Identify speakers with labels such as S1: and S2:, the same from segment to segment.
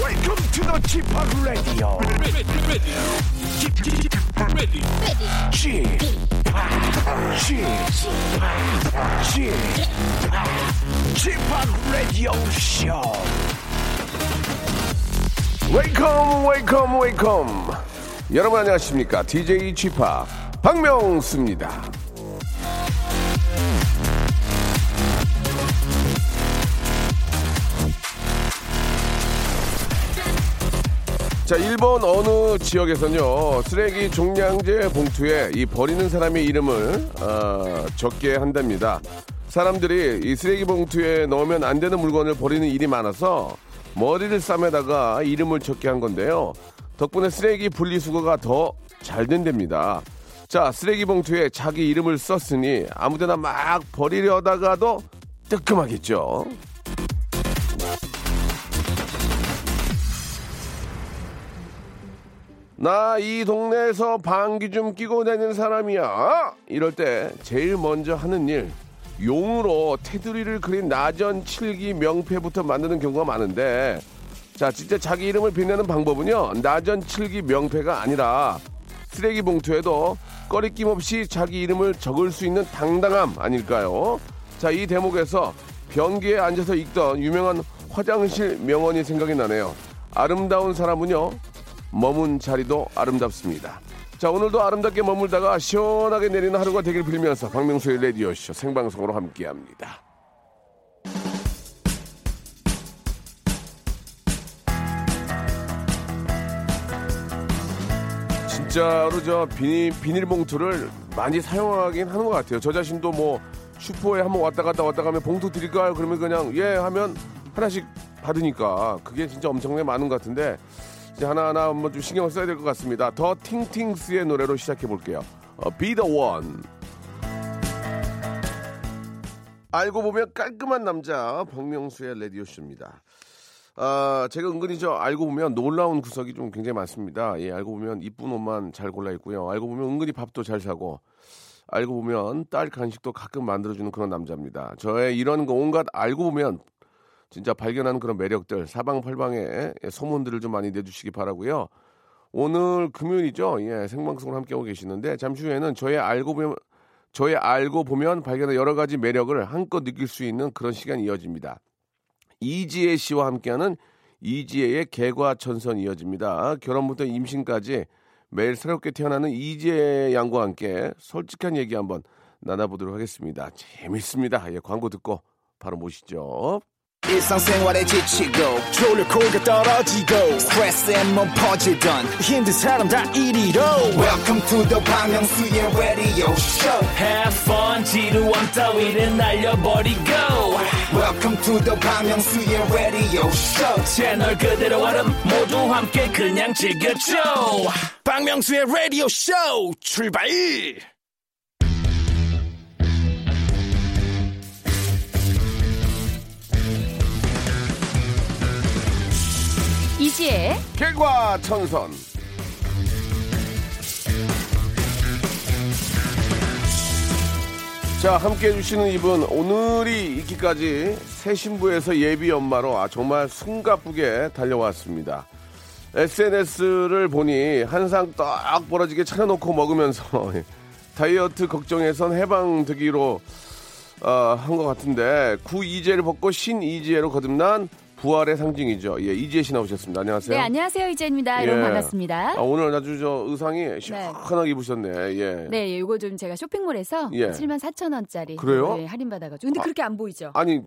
S1: Welcome to the g p o p Radio.
S2: ready, ready, ready, ready.
S1: g p o p g p o p Radio Show.
S3: 웨이컴 웨이컴 웨이컴 여러분 안녕하십니까 DJ g p o p 박명수입니다 자, 일본 어느 지역에서는요, 쓰레기 종량제 봉투에 이 버리는 사람의 이름을 아, 적게 한답니다. 사람들이 이 쓰레기 봉투에 넣으면 안 되는 물건을 버리는 일이 많아서 머리를 싸매다가 이름을 적게 한 건데요. 덕분에 쓰레기 분리수거가 더 잘 된답니다. 자, 쓰레기 봉투에 자기 이름을 썼으니 아무데나 막 버리려다가도 뜨끔하겠죠. 나 이 동네에서 방귀 좀 끼고 다니는 사람이야. 이럴 때 제일 먼저 하는 일 용으로 테두리를 그린 나전 칠기 명패부터 만드는 경우가 많은데 자 진짜 자기 이름을 빛내는 방법은요 나전 칠기 명패가 아니라 쓰레기 봉투에도 꺼리낌 없이 자기 이름을 적을 수 있는 당당함 아닐까요? 자 이 대목에서 변기에 앉아서 읽던 유명한 화장실 명언이 생각이 나네요. 아름다운 사람은요 머문 자리도 아름답습니다. 자 오늘도 아름답게 머물다가 시원하게 내리는 하루가 되길 빌면서 박명수의 레디오쇼 생방송으로 함께합니다. 진짜로 저 비닐, 비닐봉투를 많이 사용하긴 하는 것 같아요. 저 자신도 뭐 슈퍼에 한번 왔다 갔다 왔다 가면 봉투 드릴까요? 그러면 그냥 예 하면 하나씩 받으니까 그게 진짜 엄청나게 많은 것 같은데 이제 하나하나 한번 좀 신경 을 써야 될 것 같습니다. 더 팅팅스의 노래로 시작해 볼게요. 어, Be the one. 알고 보면 깔끔한 남자 박명수의 라디오쇼입니다. 아, 제가 은근히 저 알고 보면 놀라운 구석이 좀 굉장히 많습니다. 예, 알고 보면 이쁜 옷만 잘 골라 입고요. 알고 보면 은근히 밥도 잘 사고 알고 보면 딸 간식도 가끔 만들어주는 그런 남자입니다. 저의 이런 거 온갖 알고 보면 진짜 발견하는 그런 매력들 사방팔방에 소문들을 좀 많이 내주시기 바라고요. 오늘 금요일이죠. 예, 생방송을 함께하고 계시는데 잠시 후에는 저의 알고 보면 저의 알고 보면 발견한 여러 가지 매력을 한껏 느낄 수 있는 그런 시간이 이어집니다. 이지혜 씨와 함께하는 이지혜의 개과천선 이어집니다. 결혼부터 임신까지 매일 새롭게 태어나는 이지혜 양과 함께 솔직한 얘기 한번 나눠보도록 하겠습니다. 재밌습니다. 예, 광고 듣고 바로 모시죠.
S4: 일상생활에 지치고, 졸려 코가 떨어지고, 스트레스에 몸 퍼지던, 힘든 사람 다 이리로. welcome to the Bang Myung-soo's radio show
S5: Have fun 지루함 따위를 날려버리고
S4: welcome to the Bang Myung-soo's radio show
S5: 채널 그대로 얼음 모두 함께 그냥 즐겨줘
S4: 박명수의 radio show 출발
S6: 이지혜 네,
S3: 개과천선. 자, 함께 해주시는 이분, 오늘이 있기까지 새 신부에서 예비 엄마로 아, 정말 숨가쁘게 달려왔습니다. SNS를 보니 한상 떡 벌어지게 차려놓고 먹으면서 다이어트 걱정에선 해방되기로 어, 한 것 같은데 구이제를 벗고 신이제로 거듭난 부활의 상징이죠. 예, 이제 씨 나오셨습니다. 안녕하세요.
S6: 네 안녕하세요 이지혜입니다
S3: 예.
S6: 여러분 반갑습니다
S3: 아, 오늘 아주 저 의상이 시원하게 입으셨네. 예.
S6: 네 예, 요거 좀 제가 쇼핑몰에서
S3: 예.
S6: 7만 4천 원짜리 네,
S3: 그래요?
S6: 할인 받아가지고 근데 그렇게 안 보이죠
S3: 아니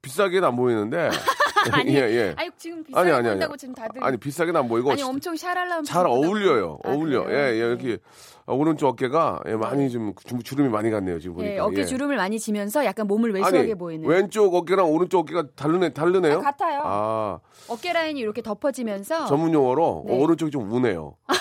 S3: 비싸게는 안 보이는데.
S6: 아니,
S3: 예, 예.
S6: 아니 지금 비싸게
S3: 아니 아니 아니.
S6: 본다고 지금 다들
S3: 아니 비싸게는 안 보이고
S6: 아니, 엄청 아, 샤랄라
S3: 잘 어울려요. 어울려. 예, 예.
S6: 네.
S3: 이렇게 오른쪽 어깨가 예, 많이 좀 주- 주름이 많이 갔네요, 지금 보니까.
S6: 예, 네. 어깨
S3: 예.
S6: 주름을 많이 지면서 약간 몸을
S3: 아니,
S6: 왜소하게 보이는
S3: 왼쪽 어깨랑 오른쪽 어깨가 다르네, 다르네요.
S6: 아, 같아요.
S3: 아,
S6: 어깨 라인이 이렇게 덮어지면서
S3: 전문 용어로
S6: 네.
S3: 오른쪽이 좀 우네요.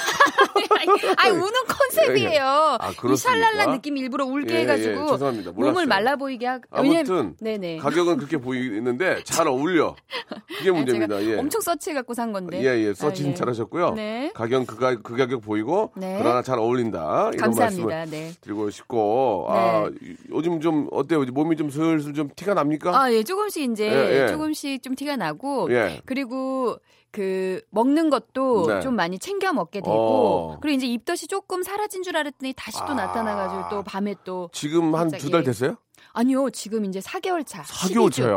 S6: 아니 우는 컨셉이에요.
S3: 예. 아,
S6: 이
S3: 그렇습니까?
S6: 샬랄라 느낌 일부러 울게
S3: 예, 예,
S6: 해가지고
S3: 죄송합니다. 몰랐어요.
S6: 몸을 말라 보이게 하고
S3: 아무튼
S6: 네네.
S3: 가격은 그렇게 보이는데 잘 어울려. 그게
S6: 아니, 제가
S3: 문제입니다. 예.
S6: 엄청 서치해갖고 산 건데.
S3: 예, 예. 서치
S6: 아,
S3: 는
S6: 예.
S3: 잘하셨고요.
S6: 네.
S3: 가격 그, 가, 그 가격 보이고
S6: 네.
S3: 그러나 잘 어울린다. 이런
S6: 감사합니다.
S3: 말씀을
S6: 네.
S3: 드리고 싶고 아, 요즘 좀 어때요? 몸이 좀 슬슬 좀 티가 납니까?
S6: 아, 예, 조금씩 아, 이제
S3: 예, 예.
S6: 조금씩 좀 티가 나고
S3: 예.
S6: 그리고 그 먹는 것도
S3: 네.
S6: 좀 많이 챙겨 먹게 되고
S3: 어.
S6: 그리고 이제 입덧이 조금 사라진 줄 알았더니 다시 또
S3: 아.
S6: 나타나가지고 또 밤에 또
S3: 지금 한 두 달
S6: 갑자기.
S3: 됐어요?
S6: 아니요 지금 이제 4개월 차
S3: 4개월
S6: 12주.
S3: 차야.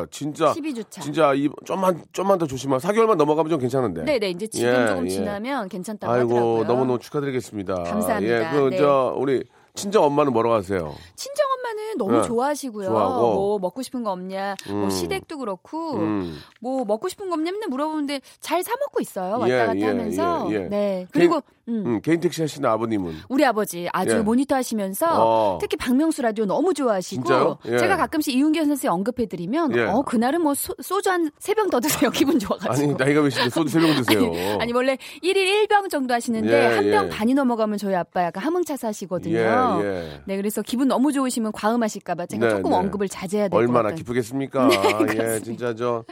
S6: 네.
S3: 진짜
S6: 12주 차
S3: 진짜 이 좀만 좀만 더 조심하. 4개월만 넘어가면 좀 괜찮은데.
S6: 네네 이제 지금
S3: 예,
S6: 조금
S3: 예.
S6: 지나면 괜찮다고
S3: 아이고
S6: 하더라고요
S3: 너무너무 축하드리겠습니다.
S6: 감사합니다.
S3: 예,
S6: 네.
S3: 그저 우리 친정 엄마는 뭐라고 하세요?
S6: 친정 엄마는 너무
S3: 네.
S6: 좋아하시고요
S3: 좋아하고.
S6: 뭐 먹고 싶은 거 없냐
S3: 음.
S6: 뭐 시댁도 그렇고
S3: 음.
S6: 뭐 먹고 싶은 거 없냐면 물어보는데 잘 사 먹고 있어요 왔다
S3: 예,
S6: 갔다
S3: 예,
S6: 하면서
S3: 예, 예.
S6: 네 그리고 음.
S3: 음, 개인 택시 하시는 아버님은
S6: 우리 아버지 아주
S3: 예.
S6: 모니터 하시면서
S3: 어.
S6: 특히 박명수 라디오 너무
S3: 진짜요?
S6: 좋아하시고
S3: 예.
S6: 제가 가끔씩 이윤경 선생 언급해드리면
S3: 예.
S6: 어 그날은 뭐 소, 주 한 세 병 더 드세요 기분 좋아가지고
S3: 아니 나이가 몇인데 소주 세병 드세요.
S6: 아니, 아니, 원래 1일 1병 정도 하시는데
S3: 예,
S6: 한 병
S3: 예.
S6: 반이 넘어가면 저희 아빠 약간 하몽차사 하시거든요
S3: 예, 예.
S6: 네 그래서 기분 너무 좋으시면 과음하실까봐 제가
S3: 네,
S6: 조금
S3: 네.
S6: 언급을 자제해야 될 것
S3: 얼마나
S6: 같아요
S3: 기쁘겠습니까?
S6: 네,
S3: 예,
S6: 그렇습니다.
S3: 진짜 저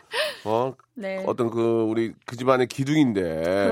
S3: 어,
S6: 네.
S3: 어떤 그 우리 그 집안의 기둥인데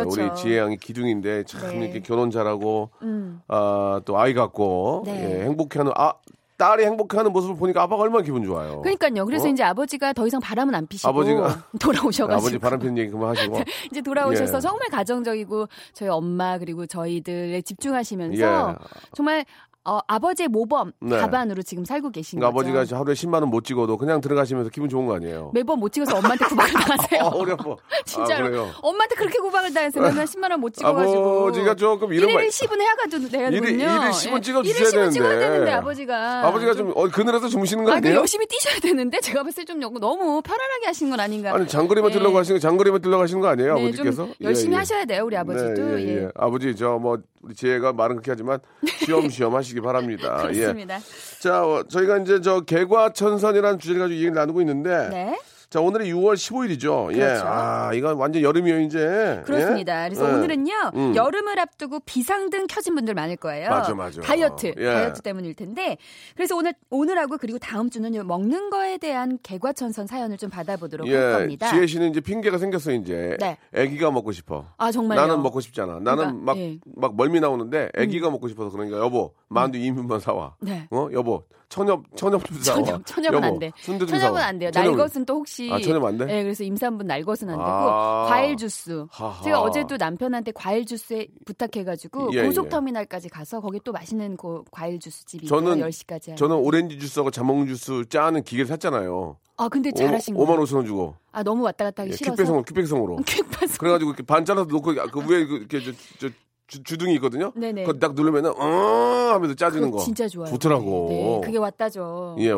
S6: 그렇죠.
S3: 우리 지혜 양이 기둥인데 참
S6: 네.
S3: 이렇게 결혼 잘하고
S6: 음.
S3: 아, 또 아이 갖고
S6: 네.
S3: 예, 행복해하는 아 딸이 행복해하는 모습을 보니까 아빠가 얼마나 기분 좋아요.
S6: 그러니까요. 그래서
S3: 어?
S6: 이제 아버지가 더 이상 바람은 안 피시고
S3: 아버지가-
S6: 돌아오셔가지고
S3: 네, 아버지 바람 피는 얘기 그만하시고
S6: 이제 돌아오셔서
S3: 예.
S6: 정말 가정적이고 저희 엄마 그리고 저희들에 집중하시면서
S3: 예.
S6: 정말 어, 아버지의 모범
S3: 네.
S6: 가반으로 지금 살고 계신
S3: 그러니까
S6: 거죠.
S3: 아버지가 하루에 10만 원 못 찍어도 그냥 들어가시면서 기분 좋은 거 아니에요.
S6: 매번 못 찍어서 엄마한테 구박을 당하세요.
S3: 아, 어려 워
S6: 네. 진짜로
S3: 아, 그래요.
S6: 엄마한테 그렇게 구박을 당했어요. 맨날 10만 원 못 찍어가지고
S3: 아버지가 조금 이런 말
S6: 1일 10은 해가지고 내야
S3: 일일-
S6: 되거든요. 예.
S3: 일일 10은 찍어주셔야
S6: 일일 10은 찍어야
S3: 되는데.
S6: 되는데 아버지가
S3: 아버지가 좀 어, 그늘에서 주무시는 거
S6: 아, 그
S3: 아니에요?
S6: 열심히 뛰셔야 되는데 제가 봤을 때 좀 너무 편안하게 하신 건 아닌가.
S3: 아니 장거리만
S6: 예.
S3: 뛰려고 하시는 거 장거리만 뛰려고 하시는 거 아니에요
S6: 네,
S3: 아버지께서?
S6: 좀 열심히
S3: 예, 예.
S6: 하셔야 돼요 우리 아버지도.
S3: 네,
S6: 예.
S3: 아버지 저 뭐 우리 지혜가 말은 그렇게 하지만 쉬엄쉬엄 하시기 바랍니다.
S6: 그렇습니다.
S3: 예. 자 어, 저희가 이제 저 개과천선이라는 주제를 가지고 얘기를 나누고 있는데
S6: 네.
S3: 자 오늘이 6월 15일이죠. 예.
S6: 그렇죠.
S3: 아 이건 완전 여름이에요 이제.
S6: 그렇습니다.
S3: 예?
S6: 그래서
S3: 예.
S6: 오늘은요
S3: 음.
S6: 여름을 앞두고 비상등 켜진 분들 많을 거예요.
S3: 맞아, 맞아.
S6: 다이어트,
S3: 예.
S6: 다이어트 때문일 텐데. 그래서 오늘 오늘하고 그리고 다음 주는요 먹는 거에 대한 개과천선 사연을 좀 받아보도록 할
S3: 예,
S6: 겁니다.
S3: 지혜 씨는 이제 핑계가 생겼어 이제.
S6: 네.
S3: 아기가 먹고 싶어.
S6: 아 정말요.
S3: 나는 먹고 싶잖아. 나는
S6: 그러니까,
S3: 막 막
S6: 예. 음.
S3: 멀미 나오는데 아기가 먹고 싶어서 그러니까 여보 만두 2인분만 사와.
S6: 네.
S3: 어 여보 천엽 천엽 좀 사와.
S6: 천엽, 천엽은
S3: 여보,
S6: 안 돼.
S3: 순대 좀
S6: 천엽은
S3: 사와.
S6: 안 돼요.
S3: 천엽은-
S6: 날것은 또 혹시
S3: 아, 천엽 안 돼?
S6: 네, 그래서 임산부 날것은 안 되고
S3: 아.
S6: 과일 주스.
S3: 하하.
S6: 제가 어제 또 남편한테 과일 주스에 부탁해가지고
S3: 예, 예.
S6: 고속터미널까지 가서 거기 또 맛있는 고, 과일 주스 집이
S3: 저는-
S6: 10시까지.
S3: 저는 오렌지 주스하고 자몽 주스 짜는 기계를 샀잖아요.
S6: 아 근데 잘하신
S3: 오, 5만
S6: 거예요.
S3: 5천 원 주고.
S6: 아 너무 왔다 갔다 하기
S3: 예,
S6: 싫어서.
S3: 퀵배송으로 퀵배송으로.
S6: 퀵배송.
S3: 그래가지고 이렇게 반 잘라서 놓고 그 위에 그 이렇게 저, 저, 주, 주둥이 있거든요.
S6: 네네.
S3: 그거 딱 누르면은 어 하면서 짜주는
S6: 그거
S3: 거.
S6: 진짜 좋아요.
S3: 좋더라고.
S6: 네, 그게 왔다죠.
S3: 예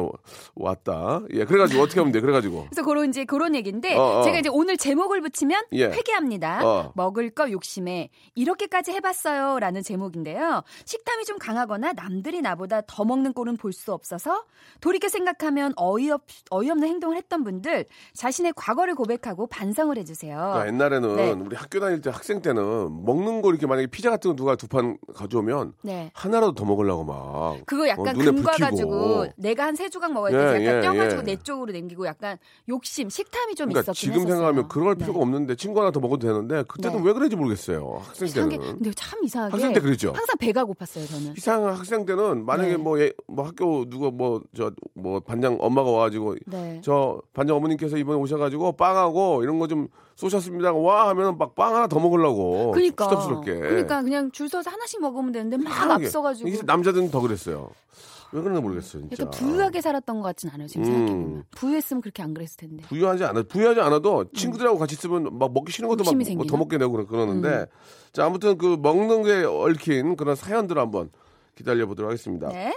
S3: 왔다. 예 그래가지고 어떻게 하면 돼? 그래가지고.
S6: 그래서 그런 이제 그런 얘기인데
S3: 어, 어.
S6: 제가 이제 오늘 제목을 붙이면
S3: 예.
S6: 회개합니다.
S3: 어.
S6: 먹을 거 욕심에 이렇게까지 해봤어요라는 제목인데요. 식탐이 좀 강하거나 남들이 나보다 더 먹는 꼴은 볼 수 없어서 돌이켜 생각하면 어이없 어이없는 행동을 했던 분들 자신의 과거를 고백하고 반성을 해주세요.
S3: 그러니까 옛날에는
S6: 네.
S3: 우리 학교 다닐 때 학생 때는 먹는 거 이렇게 만약에 피자 같은 거 누가 두 판 가져오면
S6: 네.
S3: 하나라도 더 먹으려고 막
S6: 그거 약간
S3: 어, 눈에
S6: 금과
S3: 불
S6: 가지고
S3: 튀고.
S6: 내가 한 세 조각 먹어야 돼.
S3: 예,
S6: 약간
S3: 예,
S6: 껴가지고
S3: 예.
S6: 내 쪽으로 남기고 약간 욕심, 식탐이 좀
S3: 그러니까
S6: 있었긴
S3: 지금
S6: 했었어요.
S3: 생각하면 그럴 필요가
S6: 네.
S3: 없는데 친구 하나 더 먹어도 되는데 그때는
S6: 네.
S3: 왜 그런지 모르겠어요 학생
S6: 이상한 게,
S3: 때는
S6: 근데 참 이상하게
S3: 학생 때 그랬죠?
S6: 항상 배가 고팠어요 저는.
S3: 이상한 학생 때는 만약에
S6: 네.
S3: 뭐, 예, 뭐 학교 누가 뭐 저 뭐 반장 엄마가 와가지고
S6: 네.
S3: 저 반장 어머님께서 이번에 오셔가지고 빵하고 이런 거 좀 쏘셨습니다 와 하면은 막 빵 하나 더 먹으려고
S6: 그러니까
S3: 수덥스럽게
S6: 그러니까 그냥 줄 서서 하나씩 먹으면 되는데 막
S3: 이상하게.
S6: 앞서가지고
S3: 이게 남자들은 더 그랬어요 왜 그런지 모르겠어요 진짜
S6: 약간 부유하게 살았던 것 같진 않아요 지금
S3: 음.
S6: 생각해보면 부유했으면 그렇게 안 그랬을 텐데.
S3: 부유하지 않아 부유하지 않아도 친구들하고 같이 있으면 막 먹기 싫은 것도
S6: 음. 욕심이
S3: 막
S6: 음.
S3: 뭐 더
S6: 생기나?
S3: 먹게 되고 그러- 그러는데 자 아무튼 그 먹는 게 얽힌 그런 사연들을 한번 기다려 보도록 하겠습니다.
S6: 네.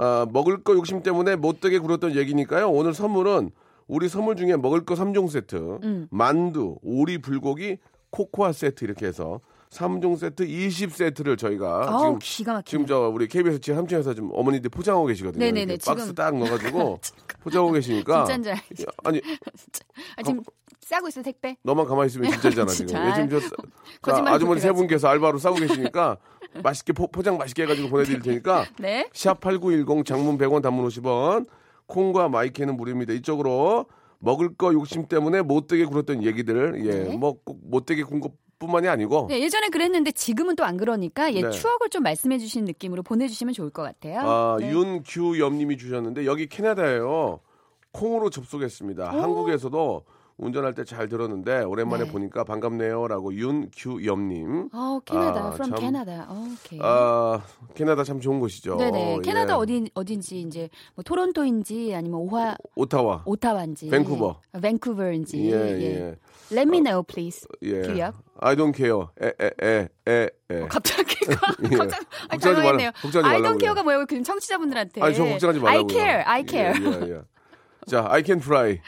S3: 아, 먹을 거 욕심 때문에 못되게 굴었던 얘기니까요. 오늘 선물은 우리 선물 중에 먹을 거 3종 세트,
S6: 음.
S3: 만두, 오리 불고기, 코코아 세트 이렇게 해서 3종 세트 20세트를 저희가
S6: 아우, 기가 막히네.
S3: 지금 저 우리 KBS 지금 함청에서 지금 어머니들 포장하고 계시거든요.
S6: 네네네,
S3: 이렇게 박스
S6: 지금.
S3: 딱 넣어가지고 포장하고 계시니까
S6: 진짜인 줄 알겠어요.
S3: 아니
S6: 아, 지금 싸고 있어 택배.
S3: 너만 가만히 있으면 진짜잖아 지금.
S6: 진짜.
S3: 요즘 저, 자,
S6: 거짓말
S3: 아주머니 세
S6: 해가지고.
S3: 분께서 알바로 싸고 계시니까 맛있게 포, 장 맛있게 해가지고 보내드릴 테니까
S6: 네.
S3: 샵8910 장문 100원 단문 50원 콩과 마이키는 무료입니다. 이쪽으로 먹을 거 욕심 때문에 못되게 굴었던 얘기들 예,
S6: 네.
S3: 뭐꼭 못되게 군 것뿐만이 아니고
S6: 네, 예전에 그랬는데 지금은 또 안 그러니까 예
S3: 어. 네.
S6: 추억을 좀 말씀해 주신 느낌으로 보내주시면 좋을 것 같아요.
S3: 아,
S6: 네.
S3: 윤규엽님이 주셨는데 여기 캐나다예요. 콩으로 접속했습니다. 한국에서도 운전할 때 잘 들었는데 오랜만에
S6: 네.
S3: 보니까 반갑네요라고 윤규엽님.
S6: 어, 캐나다.
S3: 아,
S6: from
S3: 참.
S6: 캐나다. 오케이.
S3: 아 캐나다 참 좋은 곳이죠.
S6: 예. 네네. 캐나다
S3: 예.
S6: 어디 어딘지 이제 뭐 토론토인지 아니면 오하
S3: 오타와.
S6: 오타와인지
S3: 밴쿠버.
S6: 아, 밴쿠버인지.
S3: 예,
S6: 예,
S3: 예.
S6: Let me know please.
S3: 예.
S6: 규엽.
S3: I don't care. 에에에에 에.
S6: 어, 갑자기 갑자기 아,
S3: 예. 걱정하지 말라-
S6: 당황했네요.
S3: 걱정하지
S6: I
S3: 말라고요.
S6: don't care가 뭐예요? 그럼 청취자분들한테.
S3: 아니 저 걱정하지 말라고.
S6: 예. I care. I care.
S3: 예, 예, 예. 자, I can fly.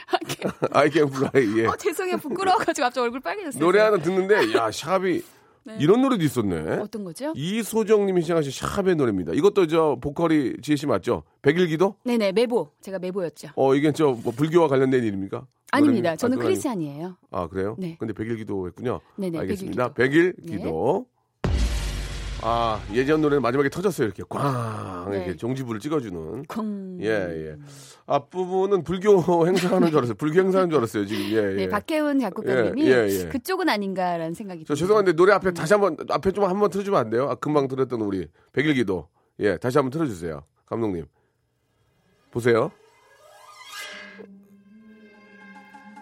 S3: I can fly. 예.
S6: 어, 죄송해요. 부끄러워가지고 갑자기 얼굴 빨개졌어요.
S3: 노래 하나 듣는데 야 샵이 이런 노래도 있었네.
S6: 네. 어떤 거죠?
S3: 이소정님이 시작하신 샵의 노래입니다. 이것도 저 보컬이 지혜 씨 맞죠? 백일기도?
S6: 네네. 메보. 제가 메보였죠.
S3: 어 이게 저뭐 불교와 관련된 일입니까?
S6: 아닙니다.
S3: 노래입니까?
S6: 저는
S3: 그건 아니-
S6: 크리스찬이에요.
S3: 아 그래요?
S6: 네.
S3: 근데 백일기도 했군요.
S6: 네네, 네.
S3: 알겠습니다. 백일기도. 아 예전 노래 마지막에 터졌어요 이렇게 꽝 이렇게
S6: 네.
S3: 종지부를 찍어주는.
S6: 콩.
S3: 예 예. 앞부분은 불교 행사하는 줄 알았어요. 불교 행사하는 줄 알았어요 지금. 예 예.
S6: 네, 박혜은 작곡가님이
S3: 예, 예, 예.
S6: 그쪽은 아닌가라는 생각이
S3: 저
S6: 듭니다.
S3: 죄송한데 노래 앞에 다시 한번 앞에 좀 한번 틀어주면 안 돼요? 아, 금방 들었던 우리 백일기도 예 다시 한번 틀어주세요 감독님 보세요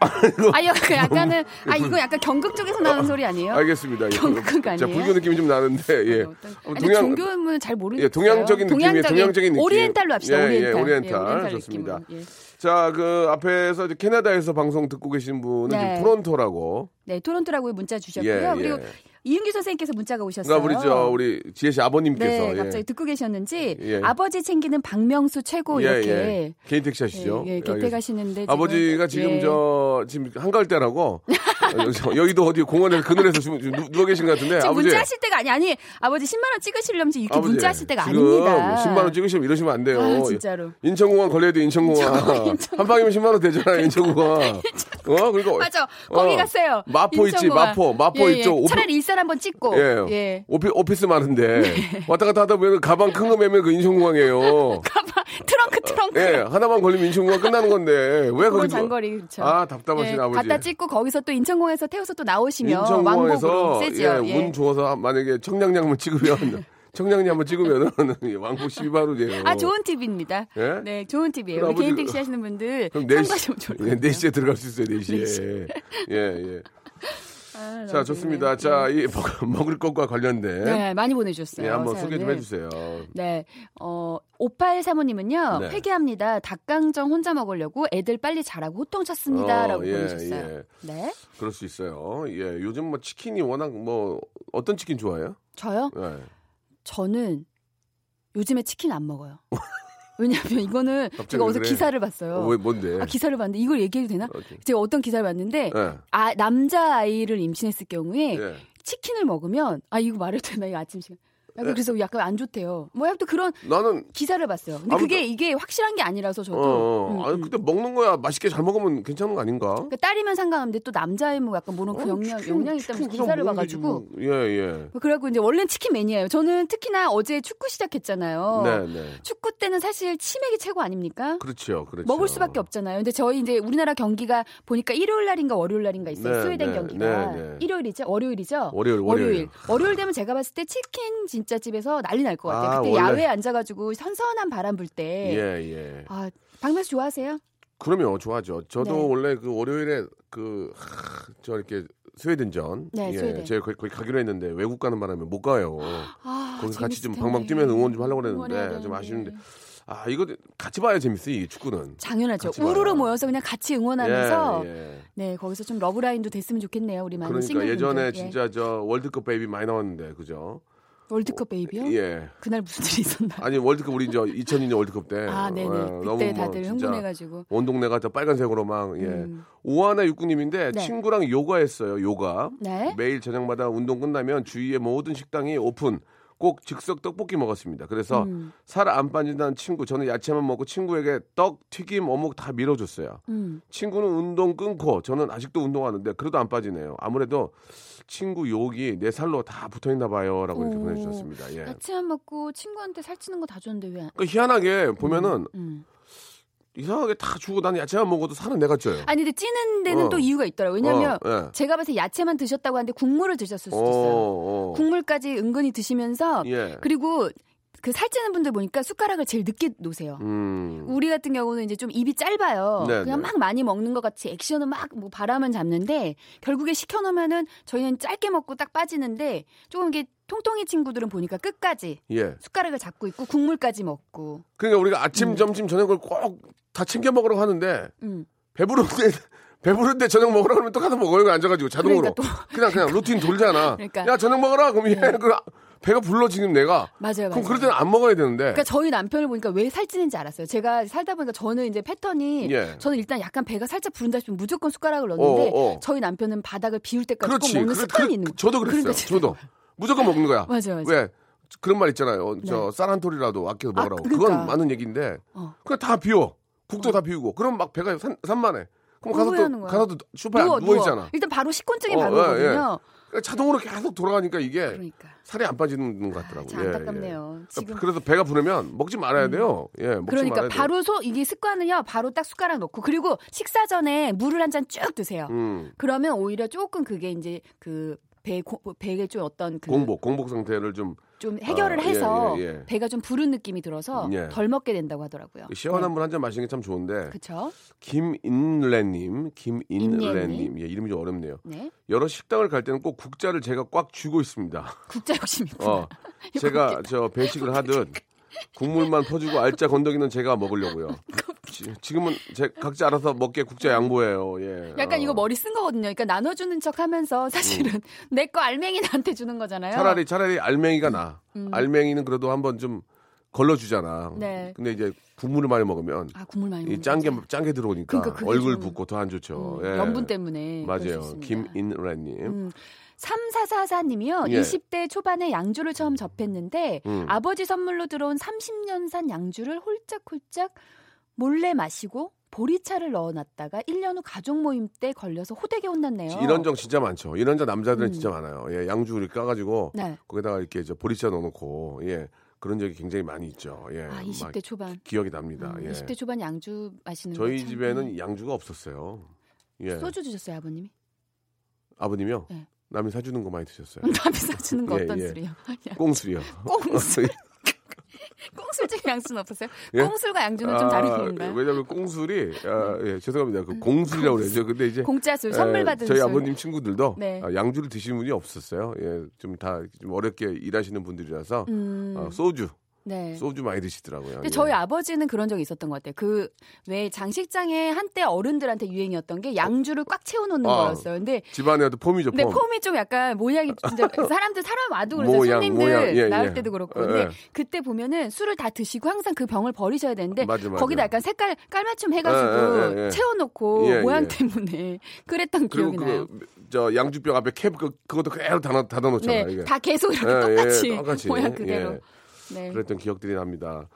S6: 아, 이거 그 약간은 아 이거 약간 경극 쪽에서 나오는 소리 아니에요?
S3: 알겠습니다 예.
S6: 경극
S3: 자
S6: 어? 아니에요?
S3: 불교 느낌이 좀 나는데 예
S6: 어떤-
S3: 아무튼
S6: 아니, 종교는 잘 모르겠어요.
S3: 예, 동양적인 느낌이에요, 동양적인 느낌.
S6: 오리엔탈로 합시다.
S3: 예, 예,
S6: 오리엔탈.
S3: 오리엔탈.
S6: 느낌으로.
S3: 좋습니다.
S6: 예.
S3: 자 그 앞에서 이제 캐나다에서 방송 듣고 계신 분은
S6: 네.
S3: 지금 토론토라고
S6: 네, 토론토라고 문자 주셨고요.
S3: 예, 예.
S6: 그리고 이은규 선생님께서 문자가 오셨어요.
S3: 그러니까 우리 저 우리 지혜 씨 아버님께서
S6: 네,
S3: 예.
S6: 갑자기 듣고 계셨는지
S3: 예.
S6: 아버지 챙기는 박명수 최고 이렇게
S3: 개인 택시 하시죠.
S6: 예, 예, 개택
S3: 알겠습니다.
S6: 하시는데 지금-
S3: 아버지가 지금
S6: 예.
S3: 저 지금 한가을 때라고 어, 저 여의도 어디 공원에서 그늘에서 지금 누- 누워 계신 것 같은데
S6: 지금
S3: 예, 아버지
S6: 문자 하실 때가 아니 아니 아버지 10만 원 찍으시려면 지금 이렇게
S3: 아버지,
S6: 문자 하실 때가
S3: 지금
S6: 아닙니다.
S3: 10만 원 찍으시면 이러시면 안 돼요.
S6: 아, 진짜로.
S3: 인천공항 걸려야 돼 인천공항. 한 방이면 10만 원 되잖아 인천공항. 어 그리고
S6: 맞아. 거기
S3: 어,
S6: 갔어요.
S3: 마포 있지
S6: 인천공항.
S3: 마포 마포
S6: 예, 예.
S3: 있죠.
S6: 차라리 일산 한번 찍고.
S3: 예.
S6: 예. 네.
S3: 오피, 오피스 많은데 왔다 갔다 하다 보면 가방 큰 거 매면 그 인천공항이에요.
S6: 가방 트렁크 트렁크.
S3: 예, 하나만 걸리면 인천공항 끝나는 건데 왜
S6: 그건
S3: 그렇게
S6: 장거리 그렇죠.
S3: 아 답답하신
S6: 예,
S3: 아버지.
S6: 갖다 찍고 거기서 또 인천공항에서 태워서 또 나오시면 왕복으로
S3: 인천공항에서
S6: 세지요.
S3: 예, 운 좋아서 만약에 청량리 한번 찍으면 청량리 한번 찍으면은 왕복 12바로예요.
S6: 아 좋은 팁입니다.
S3: 예?
S6: 네, 좋은 팁이에요.
S3: 그럼
S6: 우리 개인
S3: 아버지-
S6: 택시 하시는 분들
S3: 그럼
S6: 참고하시면
S3: 4시,
S6: 좋을 것 같아요.
S3: 네, 시에 들어갈 수 있어요, 4시에. 예, 예. 자, 좋습니다. 자, 이 먹- 먹을 것과 관련된.
S6: 아, 네, 많이 보내주셨어요. 네.
S3: 예, 한번 소개 좀
S6: 사연을.
S3: 해주세요.
S6: 네, 어, 58 사모님은요,
S3: 네.
S6: 회개합니다. 닭강정 혼자 먹으려고 애들 빨리 자라고 호통 쳤습니다.
S3: 어,
S6: 라고
S3: 예,
S6: 보내주셨어요.
S3: 예.
S6: 네,
S3: 그럴 수 있어요. 예, 요즘 뭐 치킨이 워낙 뭐, 어떤 치킨 좋아해요?
S6: 저요?
S3: 예.
S6: 저는 요즘에 치킨 안 먹어요. 왜냐면 이거는
S3: 갑자기
S6: 제가 어디서
S3: 그래?
S6: 기사를 봤어요.
S3: 왜, 뭔데?
S6: 아, 기사를 봤는데 이걸 얘기해도 되나?
S3: 어디?
S6: 제가 어떤 기사를 봤는데
S3: 예.
S6: 아, 남자 아이를 임신했을 경우에
S3: 예.
S6: 치킨을 먹으면 아 이거 말해도 되나 이 아침 시간.
S3: 네.
S6: 약간 그래서 약간 안 좋대요. 뭐 약간 그런
S3: 나는
S6: 기사를 봤어요. 근데
S3: 아무튼-
S6: 그게 이게 확실한 게 아니라서 저도
S3: 어, 어.
S6: 음,
S3: 아니,
S6: 음.
S3: 근데 먹는 거야 맛있게 잘 먹으면 괜찮은 거 아닌가?
S6: 그러니까 딸이면 상관없는데 또 남자애 뭐 약간 모른 그 영향 영향이 있다면서 기사를 봐가지고
S3: 뭐, 예예.
S6: 그래갖고 이제 원래 는 치킨 매니아예요. 저는 특히나 어제 축구 시작했잖아요.
S3: 네네.
S6: 축구 때는 사실 치맥이 최고 아닙니까?
S3: 그렇죠, 그렇죠.
S6: 먹을 수밖에 없잖아요. 근데 저희 이제 우리나라 경기가 보니까 일요일 날인가 월요일 날인가 있어요.
S3: 네,
S6: 스웨덴
S3: 네,
S6: 경기가
S3: 네, 네.
S6: 일요일이죠. 월요일이죠.
S3: 월요일, 월요일.
S6: 월요일. 월요일 되면 제가 봤을 때 치킨 진짜 집에서 난리 날 것 같아요.
S3: 아,
S6: 그때
S3: 원래.
S6: 야외 에 앉아가지고 선선한 바람 불 때.
S3: 예 예.
S6: 아 박명수 좋아하세요?
S3: 그러면 좋아하죠. 저도
S6: 네. 원래
S3: 원래 그 월요일에 그 저 이렇게 스웨덴전
S6: 네,
S3: 예,
S6: 스웨덴.
S3: 제가 거기, 거기 가기로 했는데 외국 가는 바람에 못 가요.
S6: 아,
S3: 거기서 같이 좀
S6: 재밌을 텐데.
S3: 방방 뛰면서 응원 좀 하려고 그랬는데
S6: 응원해야
S3: 좀
S6: 되는데.
S3: 아쉬운데 아 이거 같이 봐야 재밌어요 이 축구는.
S6: 당연하죠.
S3: 같이 봐요.
S6: 우르르 모여서 그냥 같이 응원하면서
S3: 예, 예.
S6: 네 거기서 좀 러브라인도 됐으면 좋겠네요. 우리 많은
S3: 그러니까
S6: 싱글분들.
S3: 예전에
S6: 예.
S3: 진짜 저 월드컵 베이비 많이 나왔는데 그죠?
S6: 월드컵 베이비요?
S3: 예.
S6: 그날 무슨 일이 있었나?
S3: 아니 월드컵 우리 저 2002년 월드컵 때.
S6: 아, 네네.
S3: 예,
S6: 그때
S3: 너무 뭐
S6: 다들
S3: 진짜
S6: 흥분해가지고. 음.
S3: 온 동네가 저 빨간색으로 막 예. 오하나 육군님인데
S6: 네.
S3: 친구랑 요가했어요. 요가.
S6: 네.
S3: 매일 저녁마다 운동 끝나면 주위의 모든 식당이 오픈. 꼭 즉석 떡볶이 먹었습니다. 그래서
S6: 음.
S3: 살 안 빠진다는 친구 저는 야채만 먹고 친구에게 떡, 튀김, 어묵 다 밀어줬어요.
S6: 음.
S3: 친구는 운동 끊고 저는 아직도 운동하는데 그래도 안 빠지네요. 아무래도 친구 욕이 내 살로 다 붙어있나 봐요라고 이렇게
S6: 오. 아,
S3: 보내주셨습니다. 예.
S6: 야채 안 먹고 친구한테 살찌는 거 다 줬는데 왜 안?
S3: 그 희한하게 보면은
S6: 음.
S3: 이상하게 다 주고 난 야채만 먹어도 살은 내가 쪄요.
S6: 아니 근데 찌는 데는
S3: 어.
S6: 또 이유가 있더라고요. 왜냐면
S3: 어, 예.
S6: 제가 봤을 때 야채만 드셨다고 하는데 국물을 드셨을 수도 있어요.
S3: 어, 어.
S6: 국물까지 은근히 드시면서
S3: 예.
S6: 그리고 그 살찌는 분들 보니까 숟가락을 제일 늦게 놓으세요.
S3: 음.
S6: 우리 같은 경우는 이제 좀 입이 짧아요.
S3: 네,
S6: 그냥
S3: 네.
S6: 막 많이 먹는 것 같이 액션은 막 뭐 바람은 잡는데 결국에 시켜놓으면은 저희는 짧게 먹고 딱 빠지는데 조금 이게 통통이 친구들은 보니까 끝까지
S3: 예.
S6: 숟가락을 잡고 있고 국물까지 먹고.
S3: 그러니까 우리가 아침, 점심, 저녁을 꼭 다 챙겨 먹으라고 하는데
S6: 음.
S3: 배부른데 배부른데 저녁 먹으라고 하면 또 가서 먹어요. 이거 앉아가지고 자동으로.
S6: 그러니까
S3: 그냥 그냥 루틴 돌잖아.
S6: 그러니까. 네.
S3: 야 저녁 먹어라. 그럼 얘 그 배가 불러 지금 내가. 그럼
S6: 맞아요, 맞아요.
S3: 그럴 때는 안 먹어야 되는데.
S6: 그러니까 저희 남편을 보니까 왜 살찌는지 알았어요. 제가 살다 보니까 저는 이제 패턴이
S3: 예.
S6: 저는 일단 약간 배가 살짝 부른다 싶으면 무조건 숟가락을 넣는데
S3: 어, 어.
S6: 저희 남편은 바닥을 비울 때까지
S3: 그렇지.
S6: 꼭 먹는
S3: 그래-
S6: 습관이
S3: 그래-
S6: 있는 거예요.
S3: 저도 그랬어요.
S6: 그러니까
S3: 저도 무조건 먹는 거야.
S6: 맞아요, 맞아요.
S3: 왜 그런 말 있잖아요. 어, 저쌀 한 톨이라도 아껴 먹으라고. 그건
S6: 그러니까.
S3: 많은 얘기인데
S6: 어.
S3: 그냥 다 비워. 국도 다 비우고. 그럼 막 배가 산, 산만해. 그럼 가서
S6: 후회하는
S3: 또
S6: 거야.
S3: 가서 또 슈퍼에 누워, 누워 있잖아.
S6: 일단 바로 식곤증이
S3: 어,
S6: 바로
S3: 예,
S6: 오거든요.
S3: 그러니까 자동으로 계속 돌아가니까 이게
S6: 그러니까.
S3: 살이 안 빠지는 것
S6: 아,
S3: 같더라고요.
S6: 참
S3: 예, 예.
S6: 안타깝네요. 지금 음.
S3: 그러니까 그래서 배가 부르면 먹지 말아야 돼요. 예, 먹지
S6: 그러니까
S3: 말아야 돼요.
S6: 바로 소 이게 습관은요. 바로 딱 숟가락 넣고 그리고 식사 전에 물을 한 잔 쭉 드세요.
S3: 음,
S6: 그러면 오히려 조금 그게 이제 그 배, 고- 배에 좀 어떤 그
S3: 공복, 공복 상태를 좀
S6: 좀 해결을
S3: 아, 예,
S6: 해서
S3: 예, 예.
S6: 배가 좀 부른 느낌이 들어서
S3: 예.
S6: 덜 먹게 된다고 하더라고요.
S3: 시원한 물 한 잔 마시는 게 참 좋은데
S6: 네. 그렇죠?
S3: 김인래님, 김인래님,
S6: 인예님.
S3: 예, 이름이 좀 어렵네요.
S6: 네.
S3: 여러 식당을 갈 때는 꼭 국자를 제가 꽉 쥐고 있습니다.
S6: 국자 욕심이구나.
S3: 어,
S6: 이거
S3: 제가
S6: 웃기다.
S3: 저 배식을 하듯 국물만 퍼주고 알짜 건더기는 제가 먹으려고요. 지, 지금은 제 각자 알아서 먹게 국자 양보해요. 예.
S6: 약간
S3: 어. 음.
S6: 이거 머리 쓴 거거든요. 그러니까 나눠주는 척 하면서 사실은 내 거 알맹이 나한테 주는 거잖아요.
S3: 차라리 차라리 알맹이가 나. 알맹이는 그래도 한번 좀 걸러주잖아.
S6: 음. 네.
S3: 근데 이제 국물을 많이 먹으면
S6: 아, 국물 많이 먹는
S3: 이 짠게
S6: 거지.
S3: 짠게 들어오니까
S6: 그러니까 그게
S3: 얼굴
S6: 좀-
S3: 붓고 더 안 좋죠.
S6: 음,
S3: 예.
S6: 염분 때문에.
S3: 맞아요. 김인란님.
S6: 음. 3444님이요.
S3: 예.
S6: 20대 초반에 양주를 처음 접했는데
S3: 음.
S6: 아버지 선물로 들어온 30년 산 양주를 홀짝홀짝 몰래 마시고 보리차를 넣어놨다가 1년 후 가족 모임 때 걸려서 호되게 혼났네요.
S3: 이런 적 진짜 많죠. 이런 적 남자들은
S6: 음.
S3: 진짜 많아요. 예, 양주를 까가지고
S6: 네.
S3: 거기다가 이렇게 저 보리차 넣어놓고 예 그런 적이 굉장히 많이 있죠. 예,
S6: 아,
S3: 막
S6: 20대 초반.
S3: 기억이 납니다.
S6: 음,
S3: 예.
S6: 20대 초반 양주 마시는 거
S3: 저희
S6: 참- 음. 네.
S3: 집에는 양주가 없었어요. 예,
S6: 소주 주셨어요, 아버님이?
S3: 아버님이요.
S6: 네.
S3: 남이 사주는 거 많이 드셨어요.
S6: 남이 사주는 거
S3: 예,
S6: 어떤
S3: 예.
S6: 술이요?
S3: 꽁술이요.
S6: 꽁술. 꽁술집 양주는 없었어요?
S3: 예?
S6: 꽁술과 양주는 좀 다른 건가요?
S3: 아,
S6: 음,
S3: 왜냐면 꽁술이 아, 예, 죄송합니다. 그 공술이라고 그러죠. 근데 이제
S6: 공짜술,
S3: 예,
S6: 선물 받은
S3: 저희
S6: 술.
S3: 아버님 친구들도
S6: 네.
S3: 아, 양주를 드시는 분이 없었어요. 예, 좀 다 좀 어렵게 일하시는 분들이라서
S6: 음,
S3: 아, 소주,
S6: 네.
S3: 소주 많이 드시더라고요.
S6: 근데
S3: 예.
S6: 저희 아버지는 그런 적이 있었던 것 같아요. 그 왜 장식장에 한때 어른들한테 유행이었던 게 양주를 꽉 채워놓는
S3: 아.
S6: 거였어요. 근데
S3: 집안에 어떤 폼이죠.
S6: 근데
S3: 폼. 아.
S6: 폼이 좀 약간 모양이 진짜 사람들 사람 와도 그래서
S3: 모양,
S6: 손님들
S3: 모양. 예,
S6: 나올
S3: 예.
S6: 때도 그렇고
S3: 예,
S6: 근데
S3: 예.
S6: 그때 보면은 술을 다 드시고 항상 그 병을 버리셔야 되는데
S3: 맞아, 맞아.
S6: 거기다 약간 색깔 깔맞춤 해가지고
S3: 예, 예, 예.
S6: 채워놓고
S3: 예,
S6: 모양
S3: 예.
S6: 때문에 그랬던
S3: 그리고
S6: 기억이 나요.
S3: 그 저 양주병 앞에 캡 그, 그것도 그대로 닫아, 닫아놓잖아요.
S6: 네,
S3: 이게.
S6: 다 계속 이렇게
S3: 예, 예,
S6: 똑같이,
S3: 똑같이.
S6: 모양 그대로.
S3: 예.
S6: 네.
S3: 그랬던 기억들이 납니다.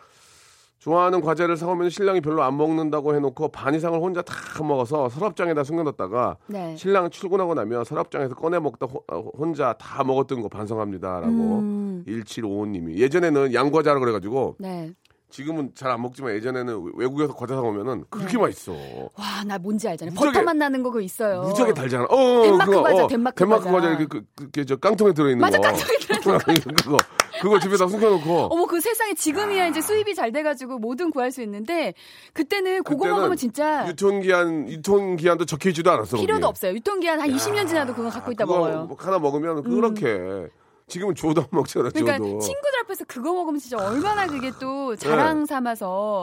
S3: 좋아하는 과자를 사오면 신랑이 별로 안 먹는다고 해놓고 반 이상을 혼자 다 먹어서 서랍장에다 숨겨놨다가
S6: 네.
S3: 신랑 출근하고 나면 서랍장에서 꺼내 먹다 호- 어, 혼자 다 먹었던 거 반성합니다라고
S6: 음.
S3: 1755님이 예전에는 양과자라 그래가지고
S6: 네.
S3: 지금은 잘 안 먹지만 예전에는 외국에서 과자 사오면은 그렇게
S6: 네.
S3: 맛있어
S6: 와, 나 뭔지 알잖아요.
S3: 무지하게-
S6: 버터 맛 나는 거 그거 있어요.
S3: 무지하게 달잖아. 어,
S6: 덴마크
S3: 그거,
S6: 과자,
S3: 어,
S6: 덴마크
S3: 덴마크
S6: 과자.
S3: 과자 이렇게 그, 그, 그, 저 깡통에 들어있는
S6: 맞아,
S3: 거.
S6: 깡통에
S3: 그거 그거 집에다 숨겨놓고
S6: 어머 그 세상에
S3: 아.
S6: 지금이야 이제 수입이 잘 돼가지고 뭐든 구할 수 있는데 그때는 그거
S3: 그때는
S6: 먹으면 진짜
S3: 유통기한 유통기한도 적혀있지도 않았어. 거기. 아,
S6: 필요도 없어요. 유통기한 한 20년 지나도 그거 갖고 있다
S3: 그거 뭐
S6: 먹어요. 음.
S3: 하나 먹으면 그렇게 지금은 줘도 안 먹잖아.
S6: 그러니까
S3: 줘도. 네.
S6: 친구들 앞에서 그거 먹으면 진짜 얼마나 그게 또 자랑 삼아서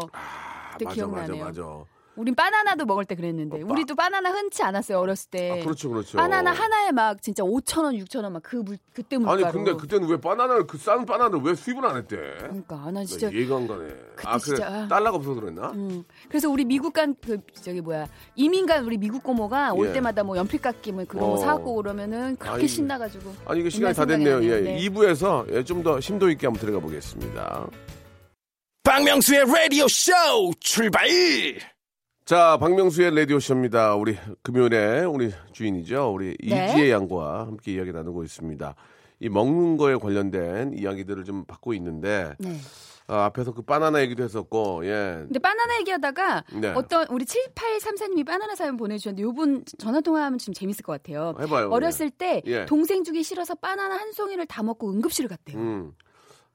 S6: 그때
S3: 맞아,
S6: 기억나네요.
S3: 맞아, 맞아.
S6: 우린 바나나도 먹을 때 그랬는데 우리도 바나나 흔치 않았어요 어렸을 때.
S3: 아, 그렇죠, 그렇죠.
S6: 바나나 하나에 막 진짜 5천 원, 6천 원 막 그 그때 물가로.
S3: 아니 근데 그때는 왜 바나나를 그 싼 바나나를 왜 수입을 안 했대?
S6: 그러니까 나
S3: 나
S6: 진짜
S3: 이해가 안 가네. 아 그래
S6: 진짜.
S3: 달러가 없어서 그랬나?
S6: 음. 그래서 우리 미국 간 그 저기 뭐야 이민간 우리 미국 고모가 올
S3: 예.
S6: 때마다 뭐 연필 깎기 뭐 그런
S3: 어.
S6: 거 사갖고 그러면은 그렇게
S3: 아이고.
S6: 신나가지고
S3: 아니 이게 시간이
S6: 옛날
S3: 다
S6: 생각이
S3: 됐네요. 예,
S6: 나네요. 네.
S3: 2부에서 예, 좀 더 심도 있게 한번 들어가 보겠습니다.
S5: 박명수의 라디오 쇼 출발
S3: 자, 박명수의 라디오쇼입니다. 우리 금요일에 우리 주인이죠. 우리
S6: 네.
S3: 이지혜 양과 함께 이야기 나누고 있습니다. 이 먹는 거에 관련된 이야기들을 좀 받고 있는데,
S6: 네.
S3: 아, 앞에서 그 바나나 얘기도 했었고, 예.
S6: 근데 바나나 얘기하다가
S3: 네.
S6: 어떤 우리 7834님이 바나나 사연 보내주셨는데 요분 전화 통화하면 좀 재밌을 것 같아요.
S3: 해봐요.
S6: 어렸을 때
S3: 예.
S6: 동생 주기 싫어서 바나나 한 송이를 다 먹고 응급실을 갔대요.
S3: 음.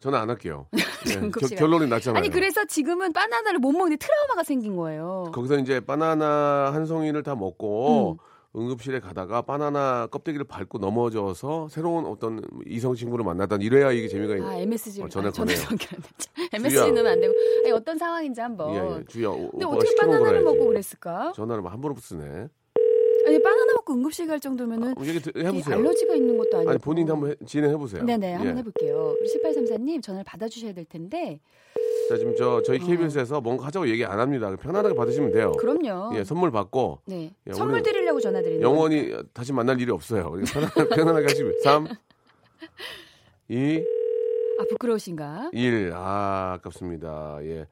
S3: 저는 안 할게요. 예,
S6: 응급
S3: 겨-
S6: 시간.
S3: 결론이 났잖아요.
S6: 아니 그래서 지금은 바나나를 못 먹는데 트라우마가 생긴 거예요.
S3: 거기서 이제 바나나 한 송이를 다
S6: 음.
S3: 먹고 응급실에 가다가 바나나 껍데기를 밟고 넘어져서 새로운 어떤 이성 친구를 만나던 이래야 이게 재미가 있는.
S6: 아 MSG
S3: 어,
S6: 를
S3: 전에
S6: 전에
S3: 거네요.
S6: 소개 안 됐죠. MSG는 안 되고 아니, 어떤 상황인지 한번.
S3: 예, 예. 주야, 오-
S6: 근데
S3: 오빠가
S6: 어떻게
S3: 시키는 걸
S6: 바나나를
S3: 해야지.
S6: 먹고 그랬을까?
S3: 전화를 막 함부로 쓰네.
S6: 아니 바나나 먹고 응급실 갈 정도면은
S3: 얘기 드-
S6: 이게
S3: 어, 해보세요.
S6: 알러지가 있는 것도 아니고.
S3: 아니 본인도 한번 해- 진행해보세요.
S6: 네네
S3: 예.
S6: 한번 해볼게요. 우리 1834님 전화를 받아주셔야 될 텐데
S3: 자 지금 저 저희 KBS에서 뭔가 하자고 얘기 안 합니다. 편안하게 받으시면 돼요.
S6: 어. 그럼요.
S3: 예, 선물 받고
S6: 네
S3: 예,
S6: 선물
S3: 오늘
S6: 드리려고 전화 드리는
S3: 영원히 다시 만날 일이 없어요. 그러니까 편안, 편안하게 하시면 3 2
S6: 거니까. 아 부끄러우신가?
S3: 1 아, 아깝습니다. 예.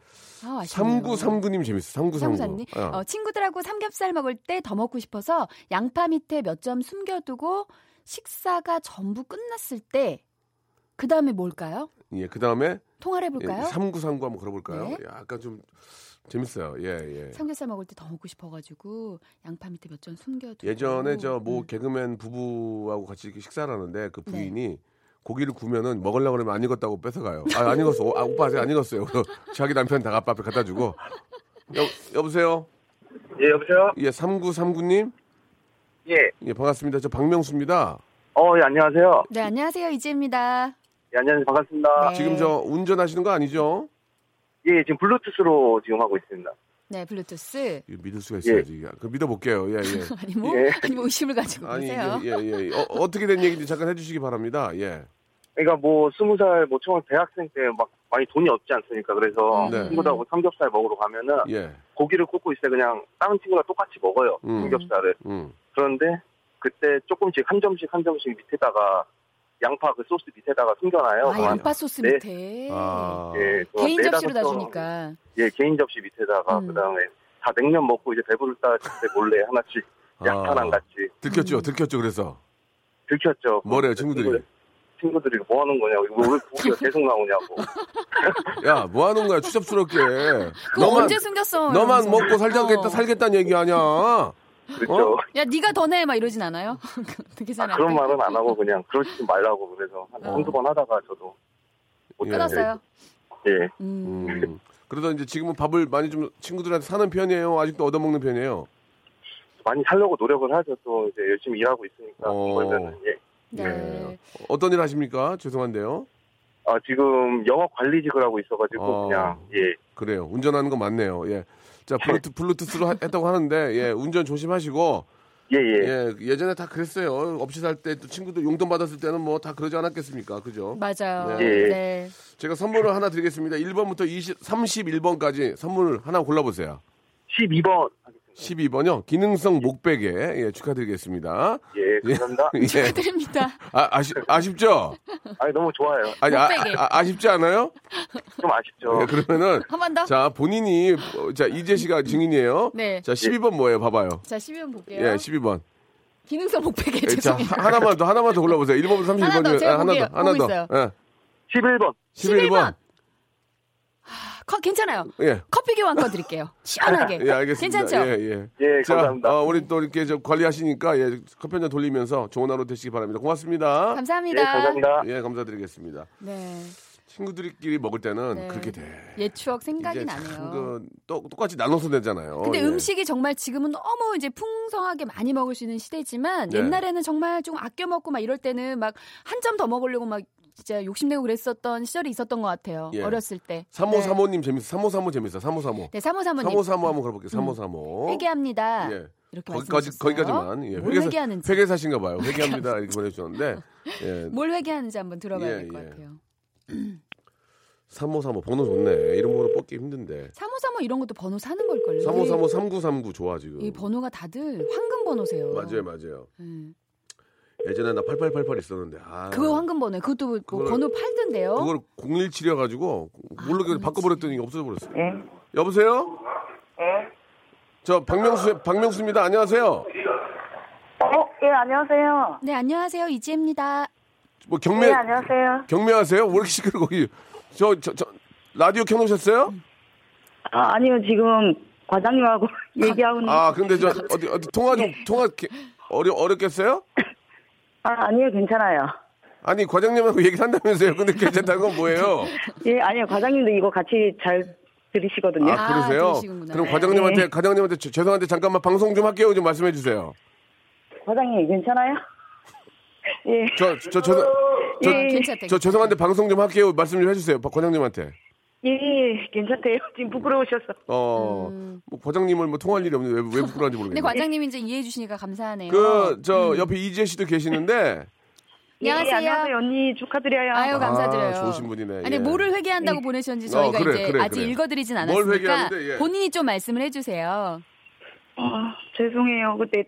S6: 아 아쉽네요.
S3: 3939님 재밌어. 3939.
S6: 삼사님 어, 친구들하고 삼겹살 먹을 때 더 먹고 싶어서 양파 밑에 몇 점 숨겨두고 식사가 전부 끝났을 때 그다음에 뭘까요?
S3: 예, 그다음에
S6: 통화를
S3: 예,
S6: 해볼까요?
S3: 3939 한번 걸어 볼까요?
S6: 네.
S3: 약간 좀 재밌어요. 예, 예.
S6: 삼겹살 먹을 때 더 먹고 싶어가지고 양파 밑에 몇 점 숨겨두고
S3: 예전에 저 뭐
S6: 음.
S3: 개그맨 부부하고 같이 이렇게 식사를 하는데
S6: 네.
S3: 그 부인이 고기를 구우면은 먹으려고 그러면 안 익었다고 뺏어가요. 아, 안 익었어. 아, 오빠 아직 안 익었어요. 그래서 자기 남편 다 아빠 앞에 갖다 주고. 여, 여보세요?
S7: 예, 여보세요?
S3: 예, 3939님?
S7: 예.
S3: 예, 반갑습니다. 저 박명수입니다.
S7: 어, 예, 안녕하세요.
S6: 네 안녕하세요 이지입니다.
S7: 예, 안녕하세요. 반갑습니다.
S6: 네.
S3: 지금 저 운전하시는 거 아니죠?
S7: 예, 지금 블루투스로 지금 하고 있습니다.
S6: 네 블루투스
S3: 이거 믿을 수가 있어야지. 이게. 그 믿어볼게요. 예, 예.
S6: 아니 뭐
S7: 예.
S6: 아니 뭐 의심을 가지고
S3: 아니, 예,
S6: 계세요.
S3: 예, 예. 어, 어떻게 된 얘기인지 잠깐 해주시기 바랍니다. 예.
S7: 그러니까 뭐, 스무 살, 뭐, 처음 대학생 때 막 많이 돈이 없지 않습니까? 그래서
S3: 네.
S7: 친구들하고 삼겹살 먹으러 가면은
S3: 예.
S7: 고기를 굽고 있어요. 그냥 다른 친구랑 똑같이 먹어요.
S3: 음.
S7: 삼겹살을.
S3: 음.
S7: 그런데 그때 조금씩 한 점씩 한 점씩 밑에다가 양파 그 소스 밑에다가 숨겨놔요.
S6: 아 양파 소스
S7: 네.
S6: 밑에
S3: 아.
S7: 예, 뭐
S6: 개인
S7: 네다섯
S6: 접시로 다
S7: 점,
S6: 주니까
S7: 예, 개인 접시 밑에다가
S6: 음.
S7: 그다음에 다 냉면 먹고 이제 배부르다 싶을 때 몰래 하나씩 양파랑 같이
S3: 들켰죠, 들켰죠, 그래서.
S7: 들켰죠.
S3: 뭐래요,
S7: 그
S3: 친구들이?
S7: 친구들- 친구들이 뭐 하는 거냐고, 이거 왜 고기가 계속 나오냐고.
S3: 야, 뭐 하는 거야, 추잡스럽게.
S6: 그거
S3: 너만,
S6: 언제 숨겼어?
S3: 너만
S6: 이러면서.
S3: 먹고 살자겠다,
S6: 어.
S3: 살겠다는 얘기 아니야. 어?
S7: 그렇죠.
S6: 야 네가 더 내 막 이러진 않아요? 그
S7: 아,
S6: 계산이 안
S7: 그런
S6: 돼.
S7: 말은 안 하고 그냥 그러지 말라고 그래서 한
S6: 어.
S7: 한두 번 하다가 저도. 못
S3: 예.
S6: 끊었어요.
S7: 예.
S6: 음.
S3: 음. 그러다 이제 지금은 밥을 많이 좀 친구들한테 사는 편이에요? 아직도 얻어먹는 편이에요?
S7: 많이 살려고 노력을 하죠. 또 이제 열심히 일하고 있으니까.
S3: 어.
S7: 그러면은, 예.
S6: 네.
S3: 예. 어떤 일 하십니까? 죄송한데요.
S7: 아, 지금 영업 관리직을 하고 있어가지고
S3: 어.
S7: 그냥, 예.
S3: 그래요. 운전하는 거 맞네요. 예. 자, 블루투, 블루투스로 하- 했다고 하는데, 예, 운전 조심하시고,
S7: 예, 예.
S3: 예, 예전에 다 그랬어요. 업체 살 때 또 친구들 용돈 받았을 때는 뭐 다 그러지 않았겠습니까? 그죠?
S6: 맞아요.
S7: 예.
S6: 네.
S3: 제가 선물을 하나 드리겠습니다. 1번부터 20, 31번까지 선물 하나 골라보세요.
S7: 12번 하겠습니다.
S3: 12번요. 기능성 목베개. 예, 축하드리겠습니다.
S7: 예,
S6: 아,
S7: 감사합니다.
S3: 예.
S6: 드립니다.
S3: 아, 아시, 아쉽죠?
S7: 아니, 너무 좋아요.
S3: 아니, 아,
S6: 목베개.
S3: 아, 아쉽지 않아요?
S7: 좀 아쉽죠.
S3: 예, 그러면은,
S6: 한 번 더. 자,
S3: 자, 본인이, 어, 자, 이재 씨가 증인이에요.
S6: 네.
S3: 자, 12번 뭐예요? 봐봐요.
S6: 12번 볼게요.
S3: 예, 12번.
S6: 기능성 목베개
S3: 예, 자,
S6: 그 죄송해요.
S3: 하- 하나만 더, 하나만 더 골라보세요. 1번부터 31번. 아,
S6: 하나 더, 제가
S3: 하나
S6: 볼게요.
S3: 더, 하나
S6: 보고
S3: 더.
S6: 있어요.
S3: 예.
S7: 11번.
S3: 11번.
S6: 커- 괜찮아요.
S3: 예.
S6: 커피 교환권 드릴게요. 시원하게.
S3: 예, 알겠습니다.
S6: 괜찮죠?
S3: 예, 예.
S7: 예,
S3: 자,
S7: 감사합니다.
S3: 어, 우리 또 이렇게 저 관리하시니까, 예, 커피 한잔 돌리면서 좋은 하루 되시기 바랍니다. 고맙습니다.
S7: 예,
S6: 감사합니다.
S7: 감사합니다.
S3: 예, 감사드리겠습니다.
S6: 네.
S3: 친구들끼리 먹을 때는
S6: 네.
S3: 그렇게 돼.
S6: 옛 추억 생각이
S3: 이제
S6: 나네요.
S3: 그, 또, 똑같이 나눠서 내잖아요.
S6: 근데
S3: 예.
S6: 음식이 정말 지금은 너무 이제 풍성하게 많이 먹을 수 있는 시대지만
S3: 네.
S6: 옛날에는 정말 좀 아껴 먹고 막 이럴 때는 막 한 점 더 먹으려고 막 진짜 욕심내고 그랬었던 시절이 있었던 것 같아요.
S3: 예.
S6: 어렸을 때. 네.
S3: 3535님 재밌어. 3535 재밌어. 3535.
S6: 네, 3535님. 음.
S3: 3535 한번 걸어볼게요. 3535.
S6: 회개합니다.
S3: 예.
S6: 이렇게
S3: 거기까지,
S6: 말씀해주셨어요.
S3: 거기까지만. 예.
S6: 뭘
S3: 회계사-
S6: 회개하는지.
S3: 회계사신가 봐요. 회개합니다. 이렇게 보내주셨는데. 예.
S6: 뭘 회개하는지 한번 들어봐야
S3: 예,
S6: 될 것
S3: 예.
S6: 같아요.
S3: 3535 번호 좋네. 이런 번호 뽑기 힘든데.
S6: 3535 이런 것도 번호 사는 걸걸요.
S3: 3535 3939 좋아, 지금.
S6: 이 번호가 다들 황금 번호세요.
S3: 맞아요, 맞아요.
S6: 예.
S3: 예전에 나 8888 있었는데. 아.
S6: 그거 황금 번호예요. 그것도 뭐
S3: 그걸-
S6: 번호 팔던데요.
S3: 그걸 017이어가지고 모르게
S6: 아,
S3: 바꿔버렸더니 없어져 버렸어요. 여보세요?
S8: 예?
S3: 저 박명수 박명수입니다. 안녕하세요.
S8: 어, 예, 안녕하세요.
S6: 네, 안녕하세요. 이지혜입니다.
S3: 뭐
S8: 예,
S3: 경매
S8: 안녕하세요.
S3: 경매하세요? 왜 이렇게 시끄러 거기 저저 저, 저 라디오 켜놓으셨어요?
S8: 아, 아니요, 지금 과장님하고 얘기하고 있는. 아,
S3: 아 근데 저 어디 어디 통화 좀 통화 게- 어려 어렵겠어요?
S8: 아니요, 아, 괜찮아요.
S3: 아니 과장님하고 얘기를 한다면서요. 근데 괜찮다는 건 뭐예요?
S8: 예, 아니요. 과장님도 이거 같이 잘 들으시거든요.
S3: 아 그러세요?
S6: 아, 들으시는구나. 네.
S3: 그럼 과장님한테 과장님한테 죄- 죄송한데 잠깐만 방송 좀 할게요. 좀 말씀해 주세요.
S8: 과장님, 괜찮아요? 예.
S3: 그- 저 저 저 저, 저,
S8: 예, 예.
S6: 네, 괜찮대.
S3: 저 죄송한데 방송 좀 할게요. 말씀 좀 해주세요. 바- 과장님한테.
S8: 예, 예, 괜찮대요. 지금 부끄러우셔서.
S3: 어, 뭐 과장님을 뭐 통할 일이 없는데 왜, 왜 부끄러운지
S6: 음. 근데 음.
S3: 모르겠네요.
S6: 관장님이 이제 이해해 주시니까 감사하네요.
S3: 그 저 옆에 이지혜 씨도 계시는데
S6: 안녕하세요.
S8: 예, 안녕하세요. 언니 축하드려요.
S6: 아유 감사드려요.
S3: 아, 좋으신 분이네,
S6: 아니
S3: 예.
S6: 뭐를 회개한다고 보내셨는지
S3: 어,
S6: 저희가
S3: 그래,
S6: 이제
S3: 그래,
S6: 아직
S3: 그래.
S6: 읽어드리진
S3: 뭘
S6: 않았으니까
S3: 회개하는데, 예.
S6: 본인이 좀 말씀을 해주세요.
S8: 아, 죄송해요. 그때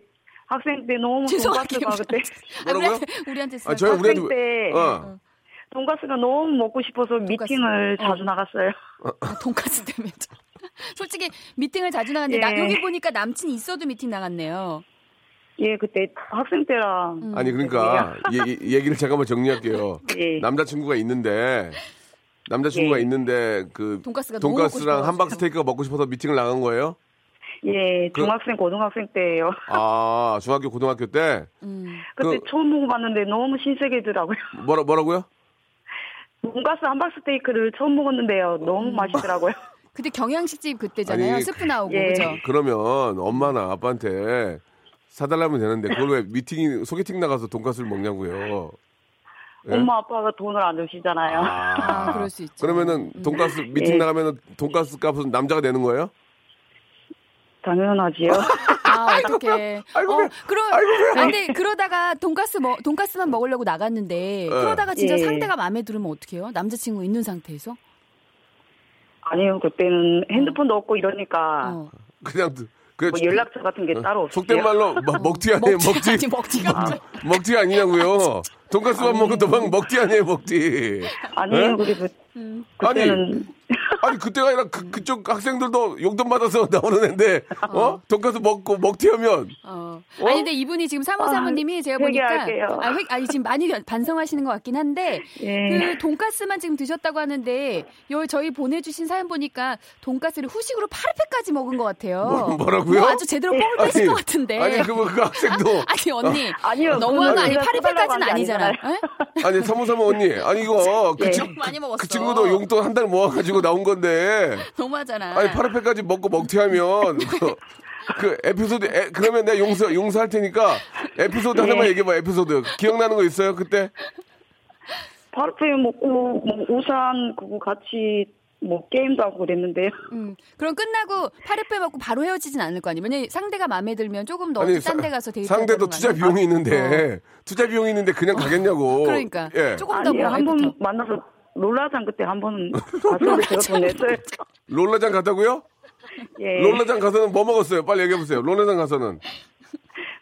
S8: 학생 때 너무
S6: 죄송하게
S8: 돈가스가 그때
S6: 아,
S3: 뭐라고요?
S6: 우리한테 우리한테
S3: 아,
S6: 쓰-
S3: 저희 우리한테
S8: 네, 학생 때
S3: 어.
S8: 돈가스가 너무 먹고 싶어서 미팅을 자주 나갔어요.
S6: 아, 돈까스 때문에 참. 솔직히 미팅을 자주 나갔는데 나-
S8: 예.
S6: 여기 보니까 남친 있어도 미팅 나갔네요. 음.
S8: 예, 그때 학생 때라.
S3: 아니 그러니까 이- 이- 얘기를 잠깐만 정리할게요.
S8: 예.
S3: 남자친구가 있는데 남자친구가
S8: 예.
S3: 있는데 그
S6: 돈가스가 너무 먹고
S3: 돈가스랑
S6: 싶어가지고.
S3: 함박 스테이크가 먹고 싶어서 미팅을 나간 거예요?
S8: 예,
S3: 그
S8: 중학생, 고등학생 때예요.
S3: 아 중학교 고등학교 때
S6: 음.
S8: 그때
S3: 그-
S8: 처음 먹어봤는데 너무 신세계더라고요.
S3: 뭐라 뭐라고요?
S8: 돈가스 함박스테이크를 처음 먹었는데요. 너무 맛있더라고요.
S6: 그때 경양식집 그때잖아요.
S3: 아니,
S6: 스프 나오고
S8: 예.
S6: 그죠?
S3: 그러면 엄마나 아빠한테 사달라면 되는데 그걸 왜 미팅이 소개팅 나가서 돈가스를 먹냐고요? 예?
S8: 엄마 아빠가 돈을 안 주시잖아요.
S6: 아, 그럴 수 있죠.
S3: 그러면은 돈가스 미팅
S8: 예.
S3: 나가면은 돈가스 값은 남자가 내는 거예요?
S8: 당연하지요.
S6: 아, 어떡해.
S3: 아이고,
S6: 어,
S3: 그래.
S6: 그러,
S3: 아이고, 그래.
S6: 아, 근데 그러다가 돈가스 먹, 돈가스만 먹으려고 나갔는데, 그러다가 진짜
S8: 예.
S6: 상대가 마음에 들으면 어떡해요? 남자친구 있는 상태에서?
S8: 아니요, 그때는 핸드폰도 없고 이러니까
S6: 어.
S3: 그냥 그냥
S8: 뭐 연락처 같은 게 따로 없어요.
S3: 속된 말로 막 먹튀 아니에요 먹튀
S6: 아니, 먹튀가 없어.
S3: 먹튀 아니냐고요. 돈가스만 먹고 도망 먹튀 아니에요, 먹튀.
S8: 아니요,
S3: 에?
S8: 그리고
S3: 예?
S6: 음.
S3: 아니,
S8: 그때는
S3: 아니 그때가 아니라 그, 쪽 학생들도 용돈 받아서 나오는 애인데 어? 돈가스 먹고 먹튀하면
S6: 어. 아니 근데 이분이 지금 사모사모님이
S8: 아,
S6: 제가 보니까
S8: 회개할게요.
S6: 아, 회- 아니 지금 많이 반성하시는 것 같긴 한데
S8: 예.
S6: 그 돈가스만 지금 드셨다고 하는데 요 저희 보내주신 사연 보니까 돈가스를 후식으로 8회까지 먹은 것 같아요.
S3: 뭐- 뭐라고요?
S6: 뭐 아주 제대로 뽕을 빼신 것 같은데.
S3: 아니 그거 그 학생도
S6: 아니 언니
S8: 아니요,
S6: 너무한 거
S8: 그거는
S6: 아니
S8: 제가 써달라고
S6: 8회까지는
S8: 한게
S6: 아니잖아.
S8: 아니잖아요.
S6: 예?
S3: 아니 사무사무 언니 아니 이거 그,
S8: 예.
S3: 친-
S6: 많이 먹었어.
S3: 그 친구도 용돈 한 달 모아가지고 나온 건데
S6: 너무하잖아.
S3: 아니 파르페까지 먹고 먹튀하면 그, 그 에피소드 에, 그러면 내가 용서 용서할 테니까 에피소드
S6: 예.
S3: 하나만 얘기해봐 에피소드 기억나는 거 있어요 그때
S8: 파르페 먹고 뭐 우산 그거 같이 뭐 게임도 하고 그랬는데요.
S6: 음, 그럼 끝나고 파르페 먹고 바로 헤어지진 않을 거 아니에요. 만약에 상대가 마음에 들면 조금 더
S3: 아니,
S6: 어디 딴데
S3: 사-
S6: 가서 데이트
S3: 상대도 투자 비용이 있는데 투자 비용이 있는데 그냥 가겠냐고.
S6: 어. 그러니까
S3: 예.
S6: 조금 더
S8: 아니요,
S6: 먹어야
S8: 한 번
S6: 되죠.
S8: 만나서 롤라장 그때 한번 가서 제가 돈 냈어요.
S3: 롤라장 갔다고요?
S6: 네.
S8: 예.
S3: 롤라장 가서는 뭐 먹었어요? 빨리 얘기해 보세요. 롤라장 가서는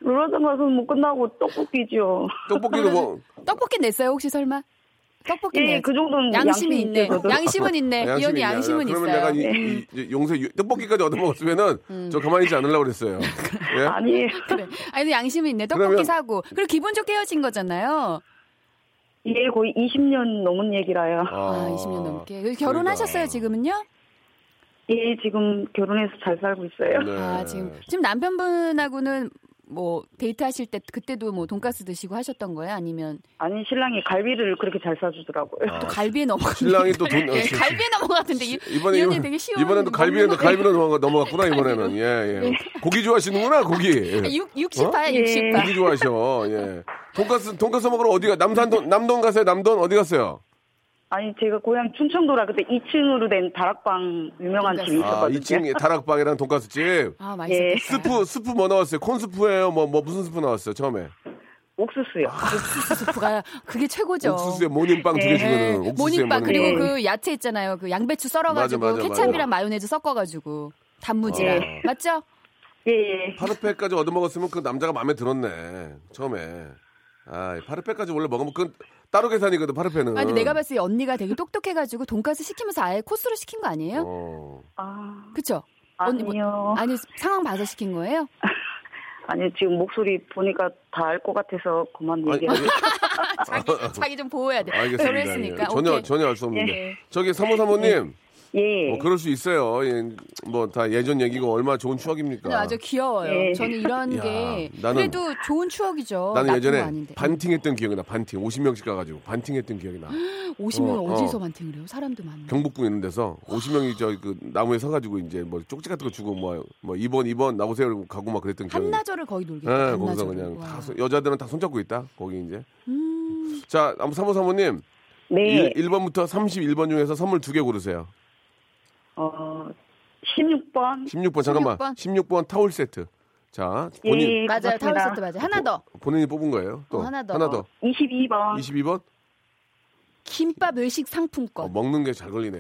S8: 롤라장 가서 뭐 끝나고 떡볶이죠.
S3: 떡볶이도 뭐
S6: 떡볶이 냈어요 혹시 설마? 떡볶이
S8: 예,
S6: 냈
S8: 그 정도는
S6: 양심이 있네.
S8: 저도.
S6: 양심은 있네. 이 언니
S3: 있냐?
S6: 양심은
S3: 아, 그러면
S6: 있어요. 네. 음.
S3: 내가 이, 이- 이 용서 유- 떡볶이까지 얻어 먹었으면은 저 가만히 있지 않으려고 그랬어요.
S6: 그러니까.
S3: 예?
S8: 아니,
S6: 그래. 아니 근데 양심은 있네. 떡볶이
S3: 그러면-
S6: 사고. 그리고 기분 좋게 헤어진 거잖아요.
S8: 예, 거의 20년 넘은 얘기라요.
S6: 아, 20년 넘게. 그리고 결혼하셨어요
S3: 그러니까.
S6: 지금은요?
S8: 예, 지금 결혼해서 잘 살고 있어요.
S3: 네.
S6: 아 지금 지금 남편분하고는 뭐 데이트 하실 때 그때도 뭐 돈가스 드시고 하셨던 거예요? 아니면
S8: 아니, 신랑이 갈비를 그렇게 잘 사주더라고요.
S3: 아.
S6: 또 갈비에 넘어갔는데
S3: 신랑이 또 돈- 어,
S6: 예,
S3: 지-
S6: 갈비에 넘어갔는데 이,
S3: 이번에
S6: 이 언니
S3: 이번-
S6: 되게 쉬운
S3: 이번에도 갈비는
S6: 먹는 네.
S3: 갈비로 넘어가- 넘어갔구나 이번에는 예예 고기 좋아하시는구나 고기 예.
S6: 육, 60파야
S8: 어?
S6: 60파.
S3: 고기 좋아하셔 예 돈가스 돈가스 먹으러 어디가 남산동 남동 가세요 남동 어디 갔어요
S8: 아니, 제가 고향 충청도라 그때 2층으로 된 다락방 유명한 집이
S3: 아,
S8: 있었거든요.
S3: 2층에 다락방이랑 돈가스집.
S6: 아
S8: 예.
S6: 맛있겠다.
S3: 스프 스프 뭐 나왔어요? 콘 스프예요? 뭐 뭐 무슨 스프 나왔어요? 처음에
S8: 옥수수요.
S3: 아.
S6: 스프가 그게 최고죠.
S3: 옥수수에 모닝빵 두 개
S6: 네.
S3: 주면은 옥수수에
S6: 모닝빵 그리고
S8: 모닝빵.
S6: 그 야채 있잖아요. 그 양배추 썰어가지고
S3: 맞아, 맞아,
S6: 케찹이랑 마요네즈 섞어가지고 단무지랑
S8: 예.
S6: 맞죠?
S8: 예, 예.
S3: 파르페까지 얻어 먹었으면 그 남자가 마음에 들었네 처음에. 아 파르페까지 원래 먹으면 그 따로 계산이거든 파르페는.
S6: 아니 내가 봤을 때 언니가 되게 똑똑해가지고 돈가스 시키면서 아예 코스로 시킨 거 아니에요?
S3: 어.
S8: 아,
S6: 그쵸? 언니 뭐-
S8: 아니요.
S6: 아니 상황 봐서 시킨 거예요?
S8: 아니, 지금 목소리 보니까 다 알 것 같아서 그만
S3: 아니,
S8: 얘기하고.
S3: 아니,
S6: 자기 자기 좀 보호해야 돼.
S3: 아. 알겠습니다. 예.
S6: 결혼했으니까
S3: 전혀
S6: 오케이.
S3: 전혀 알 수 없는데.
S6: 예.
S3: 저기 사모사모님
S8: 예.
S3: 뭐 그럴 수 있어요. 예, 뭐다 예전 얘기고 얼마 나 좋은
S6: 근데
S3: 추억입니까?
S6: 아주 귀여워요.
S8: 예.
S6: 저는 이런
S3: 이야,
S6: 게
S3: 나는-
S6: 그래도 좋은 추억이죠.
S3: 나는
S6: 어, 나쁜 거
S3: 예전에
S6: 아닌데.
S3: 반팅했던 기억이 나. 반팅 50명씩 가가지고 반팅했던 기억이 나.
S6: 50명
S3: 어,
S6: 어, 어디서
S3: 어.
S6: 반팅을 해요? 사람도 많네.
S3: 경북궁 있는 데서 50명이 저 그 나무에 서가지고 이제 뭐 쪽지 같은 거 주고 뭐뭐 2번 2번 나오세요 이러고 가고 막 그랬던 기억이. 나.
S6: 한나절을 거의 놀겠다.
S3: 예, 거기서
S6: 한나절을.
S3: 그냥
S6: 와.
S3: 다 손- 여자들은 다 손잡고 있다. 거기 이제.
S6: 음,
S3: 자, 아무 사모 사모님
S8: 네.
S3: 1, 번부터 31번 중에서 선물 두 개 고르세요.
S8: 어, 16번.
S3: 16번 잠깐만.
S6: 16번.
S3: 16번, 타올 세트. 자, 본인
S8: 예,
S6: 맞아요. 타월
S8: 고맙습니다.
S6: 세트 맞아요. 하나
S3: 어,
S6: 더.
S3: 본인이 뽑은 거예요. 또
S6: 어, 하나 더.
S8: 22번.
S3: 22번.
S6: 김밥 외식 상품권.
S3: 어, 먹는 게 잘 걸리네.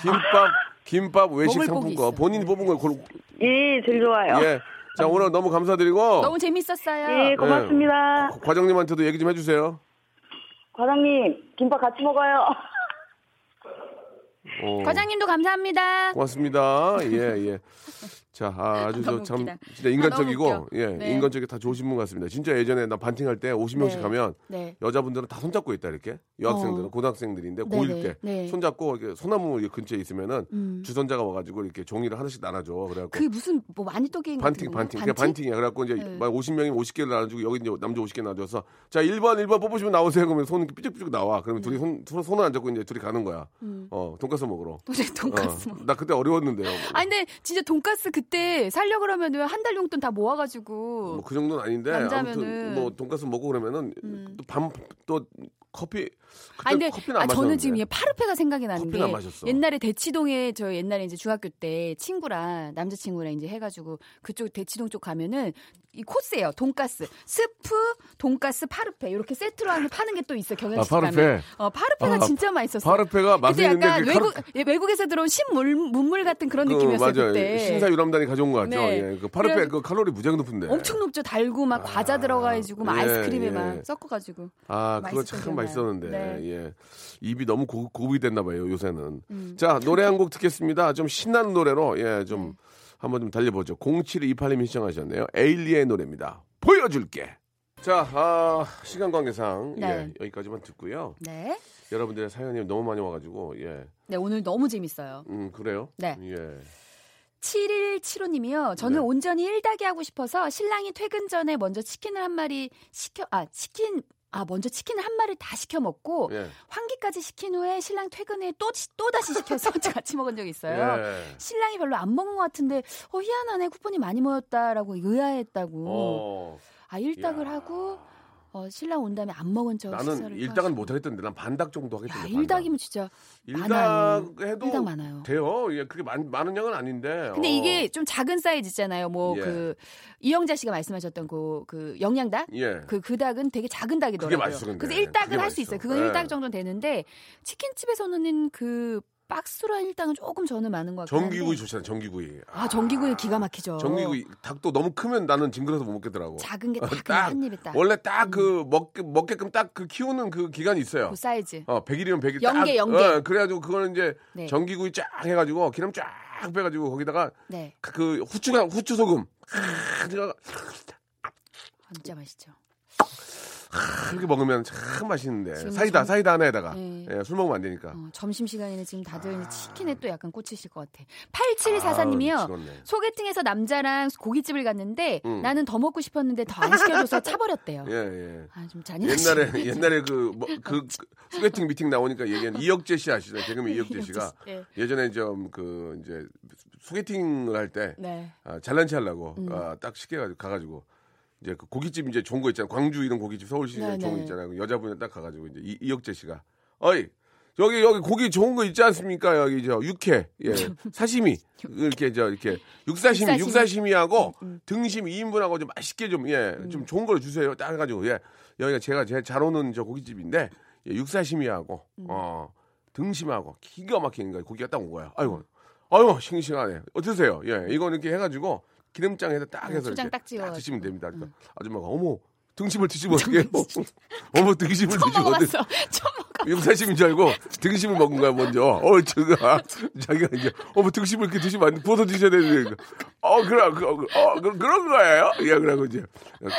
S3: 김밥 김밥 외식
S6: 먹을 곡이 있어요.
S3: 상품권 본인이 뽑은 걸 고르.
S8: 예, 제일 좋아요. 예,
S3: 예. 자, 오늘 너무 감사드리고
S6: 너무 재밌었어요.
S8: 네, 고맙습니다.
S3: 예. 과장님한테도 얘기 좀 해주세요.
S8: 과장님, 김밥 같이 먹어요.
S3: 어,
S6: 과장님도 감사합니다.
S3: 고맙습니다. 예, 예. 자, 아, 주
S6: 너무
S3: 저참
S6: 웃기다.
S3: 진짜
S6: 아, 너무
S3: 인간적이고,
S6: 웃겨.
S3: 예,
S6: 네.
S3: 인간적이 다 좋으신 분 같습니다. 진짜 예전에 나 반팅할 때 50명씩
S6: 네.
S3: 가면
S6: 네.
S3: 여자분들은 다 손잡고 있다 이렇게 여학생들은
S6: 어.
S3: 고등학생들인데
S6: 네네,
S3: 고1 때
S6: 네.
S3: 손잡고 이렇게 소나무 이렇게 근처에 있으면은
S6: 음.
S3: 주선자가 와가지고 이렇게 종이를 하나씩 나눠줘 그래갖고
S6: 그 무슨 뭐 많이 또 게임
S3: 반팅 반팅 그냥 반팅이야 그래갖고 이제
S6: 네.
S3: 막 50명이면 50개를 나눠주고 여기 이제 남자 50개 나눠줘서 자 1번 1번 뽑으시면 나오세요 그러면 손 이렇게 삐죽삐죽 나와 그러면
S6: 음.
S3: 둘이 손, 손- 손을 안 잡고 이제 둘이 가는 거야 어 돈가스 먹으러
S6: 도대체 음. 돈까스
S3: 어,
S6: 먹.
S3: 나 그때 어려웠는데요
S6: 아 근데 진짜 돈까스 그때 살려 그러면은 한 달 용돈 다 모아가지고
S3: 뭐 그 정도는 아닌데 아무튼
S6: 남자면은. 음.
S3: 뭐 돈가스 먹고 그러면은 또밤또 커피 그때
S6: 아 근데
S3: 커피는
S6: 아,
S3: 안
S6: 저는
S3: 마셨는데.
S6: 지금 얘 파르페가 생각이 나는 게
S3: 커피는 안 마셨어.
S6: 옛날에 대치동에 저 옛날에 이제 중학교 때 친구랑 남자친구랑 이제 해가지고 그쪽 대치동 쪽 가면은 이 코스예요 돈가스 스프 돈가스 파르페 이렇게 세트로 하는 파는 게 또 있어 경양식
S3: 아, 파르페.
S6: 가면 어 파르페가
S3: 아,
S6: 진짜 맛있었어
S3: 파르페가 맛은
S6: 그때 약간
S3: 있는데
S6: 외국 예, 외국에서 들어온 신물 문물 같은 그런
S3: 그
S6: 느낌이었어요
S3: 맞아요
S6: 그때
S3: 신사유람단이 가져온 거 같죠
S6: 네.
S3: 예. 그 파르페
S6: 그래가지고-
S3: 그 칼로리 무지하게 높은데
S6: 엄청 높죠 달고 막 과자 들어가지고 막
S3: 예,
S6: 아이스크림에
S3: 예.
S6: 막 섞어가지고
S3: 아, 그거
S6: 맛있었던
S3: 참
S6: 기억나요.
S3: 맛있었는데.
S6: 네.
S3: 예. 입이 너무 고, 고급이 됐나 봐요, 요새는.
S6: 음.
S3: 자, 노래 한 곡 듣겠습니다. 좀 신나는 노래로 예,
S6: 네.
S3: 좀 한번 좀 달려보죠. 0728님이 시청하셨네요. 에일리의 노래입니다. 보여줄게. 자, 아, 시간 관계상
S6: 네.
S3: 예, 여기까지만 듣고요.
S6: 네.
S3: 여러분들의 사연이 너무 많이 와가지고 예,
S6: 네 오늘 너무 재밌어요.
S3: 음 그래요.
S6: 네.
S3: 예.
S6: 7175님이요. 저는
S3: 네.
S6: 온전히 일닭이 하고 싶어서 신랑이 퇴근 전에 먼저 치킨을 한 마리 시켜, 아, 치킨, 아, 먼저 치킨을 한 마리 다 시켜 먹고,
S3: 예.
S6: 환기까지 시킨 후에 신랑 퇴근 후에 또, 시- 또 다시 시켜서 같이 먹은 적이 있어요.
S3: 예.
S6: 신랑이 별로 안 먹은 것 같은데, 어, 희한하네. 쿠폰이 많이 모였다라고 의아했다고.
S3: 어,
S6: 아, 일닭을
S3: 야.
S6: 하고, 어, 신랑 온 다음에 안 먹은 척
S3: 나는
S6: 식사를 또
S3: 일당은
S6: 하시고.
S3: 못 하겠던데 난 반닭 정도
S6: 야,
S3: 하겠던데.
S6: 일닭이면 진짜 많아요.
S3: 일닭 해도
S6: 일닭 많아요.
S3: 돼요. 예, 그게 많, 많은 양은 아닌데.
S6: 근데
S3: 어.
S6: 이게 좀 작은 사이즈 있잖아요. 뭐
S3: 예.
S6: 그 이영자 씨가 말씀하셨던 그, 그 영양닭
S3: 예.
S6: 그, 그 닭은 되게 작은
S3: 그게
S6: 닭이더라고요.
S3: 맛있어, 근데.
S6: 그래서
S3: 그게
S6: 일닭은 할 수
S3: 맛있어.
S6: 있어요. 그건
S3: 예.
S6: 일닭 정도는 되는데 치킨집에서는 그 박스로 한 일닭은 조금 저는 많은 것 같아요.
S3: 전기구이 좋잖아. 전기구이.
S6: 아 전기구이 기가 막히죠.
S3: 전기구이 닭도 너무 크면 나는 징그러서 못 먹겠더라고.
S6: 작은 게
S3: 어,
S6: 딱
S3: 딱.
S6: 한 입에 딱.
S3: 원래 딱 그 먹게끔 딱 그 키우는 그 기간이 있어요.
S6: 음. 그 사이즈.
S3: 어, 100일이면 100일 딱.
S6: 연계, 연계.
S3: 어, 그래가지고 그거는 이제
S6: 네.
S3: 전기구이 쫙 해가지고 기름 쫙 빼가지고 거기다가
S6: 네,
S3: 그 후추가 후추 소금 캬, 들어가-
S6: 진짜 맛있죠.
S3: 그렇게 먹으면 참 맛있는데
S6: 지금
S3: 사이다
S6: 전-
S3: 사이다 하나에다가
S6: 네.
S3: 예, 술 먹으면 안 되니까.
S6: 어, 점심 시간에는 지금 다들 이제 치킨에 또 약간 꽂히실 것 같아. 8744님이요.
S3: 아. 아우, 미치겠네.
S6: 소개팅에서 남자랑 고깃집을 갔는데
S3: 음.
S6: 나는 더 먹고 싶었는데 더 안 시켜줘서 차버렸대요.
S3: 예 예.
S6: 아 좀 잔인하시네.
S3: 옛날에 옛날에 그그 그 소개팅 미팅 나오니까 얘기한 이혁재 씨 아시죠? 개그맨 네, 이혁재 씨가 네.
S6: 예.
S3: 예전에 좀 그 이제 소개팅을 할 때
S6: 네.
S3: 아, 잘난 체 하려고 아, 딱 시켜가지고 가가지고 이제 그 고깃집 이제 좋은 거 있잖아요. 광주 이런 고깃집 서울시
S6: 네,
S3: 이런 좋은 거
S6: 네.
S3: 있잖아요. 그 여자분이 딱 가가지고 이제 이, 이혁재 씨가 어이 여기 여기 고기 좋은 거 있지 않습니까? 여기 저 육회, 예, 사시미 이렇게 저 이렇게 육사시미, 음,
S6: 육사시미.
S3: 육사시미하고 등심 2인분하고 좀 맛있게 좀 예, 좀 좋은 걸 주세요. 딱 해가지고 예, 여기가 제가 제 잘 오는 저 고깃집인데 예, 육사시미하고 어 등심하고 기가 막히는 거야. 고기가 딱 온 거야. 아이고, 아이고 싱싱하네. 어떠세요? 예, 이거 이렇게 해가지고 기름장에다 딱
S6: 음,
S3: 해서
S6: 초장
S3: 이렇게
S6: 딱 찍어가지고. 음.
S3: 드시면 됩니다. 그러니까 아줌마가 어머 등심을 드시면 어떡해요? 어머 등심을
S6: 처음
S3: 드시면 어떡
S6: 먹어봤어. 처음
S3: 네,
S6: 먹어.
S3: 육사심인 줄 알고 등심을 먹은 거야 먼저. 어, 제가 자기가 이제 어머 등심을 이렇게 드시면 안 돼. 부어서 드셔야 되는데. 어, 그래, 그, 어, 그, 그런 거예요? 예, 그래고 이제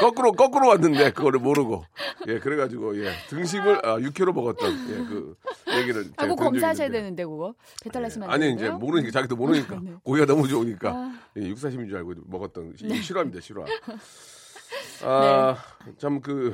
S3: 거꾸로 거꾸로 왔는데 그거를 모르고 예, 그래가지고 예 등심을 아, 6kg 먹었던 예, 그 얘기를 제가 들은 적이
S6: 하고 검사하셔야
S3: 있는데. 예.
S6: 되는데 그거 배탈 나시면 네. 안
S3: 아니
S6: 돼요.
S3: 이제 모르니까 자기도 모르니까
S6: 네.
S3: 고기가 너무 좋으니까
S6: 아. 네.
S3: 예, 육사심인 줄 알고 먹었던 시- 실화입니다 실화. 아참그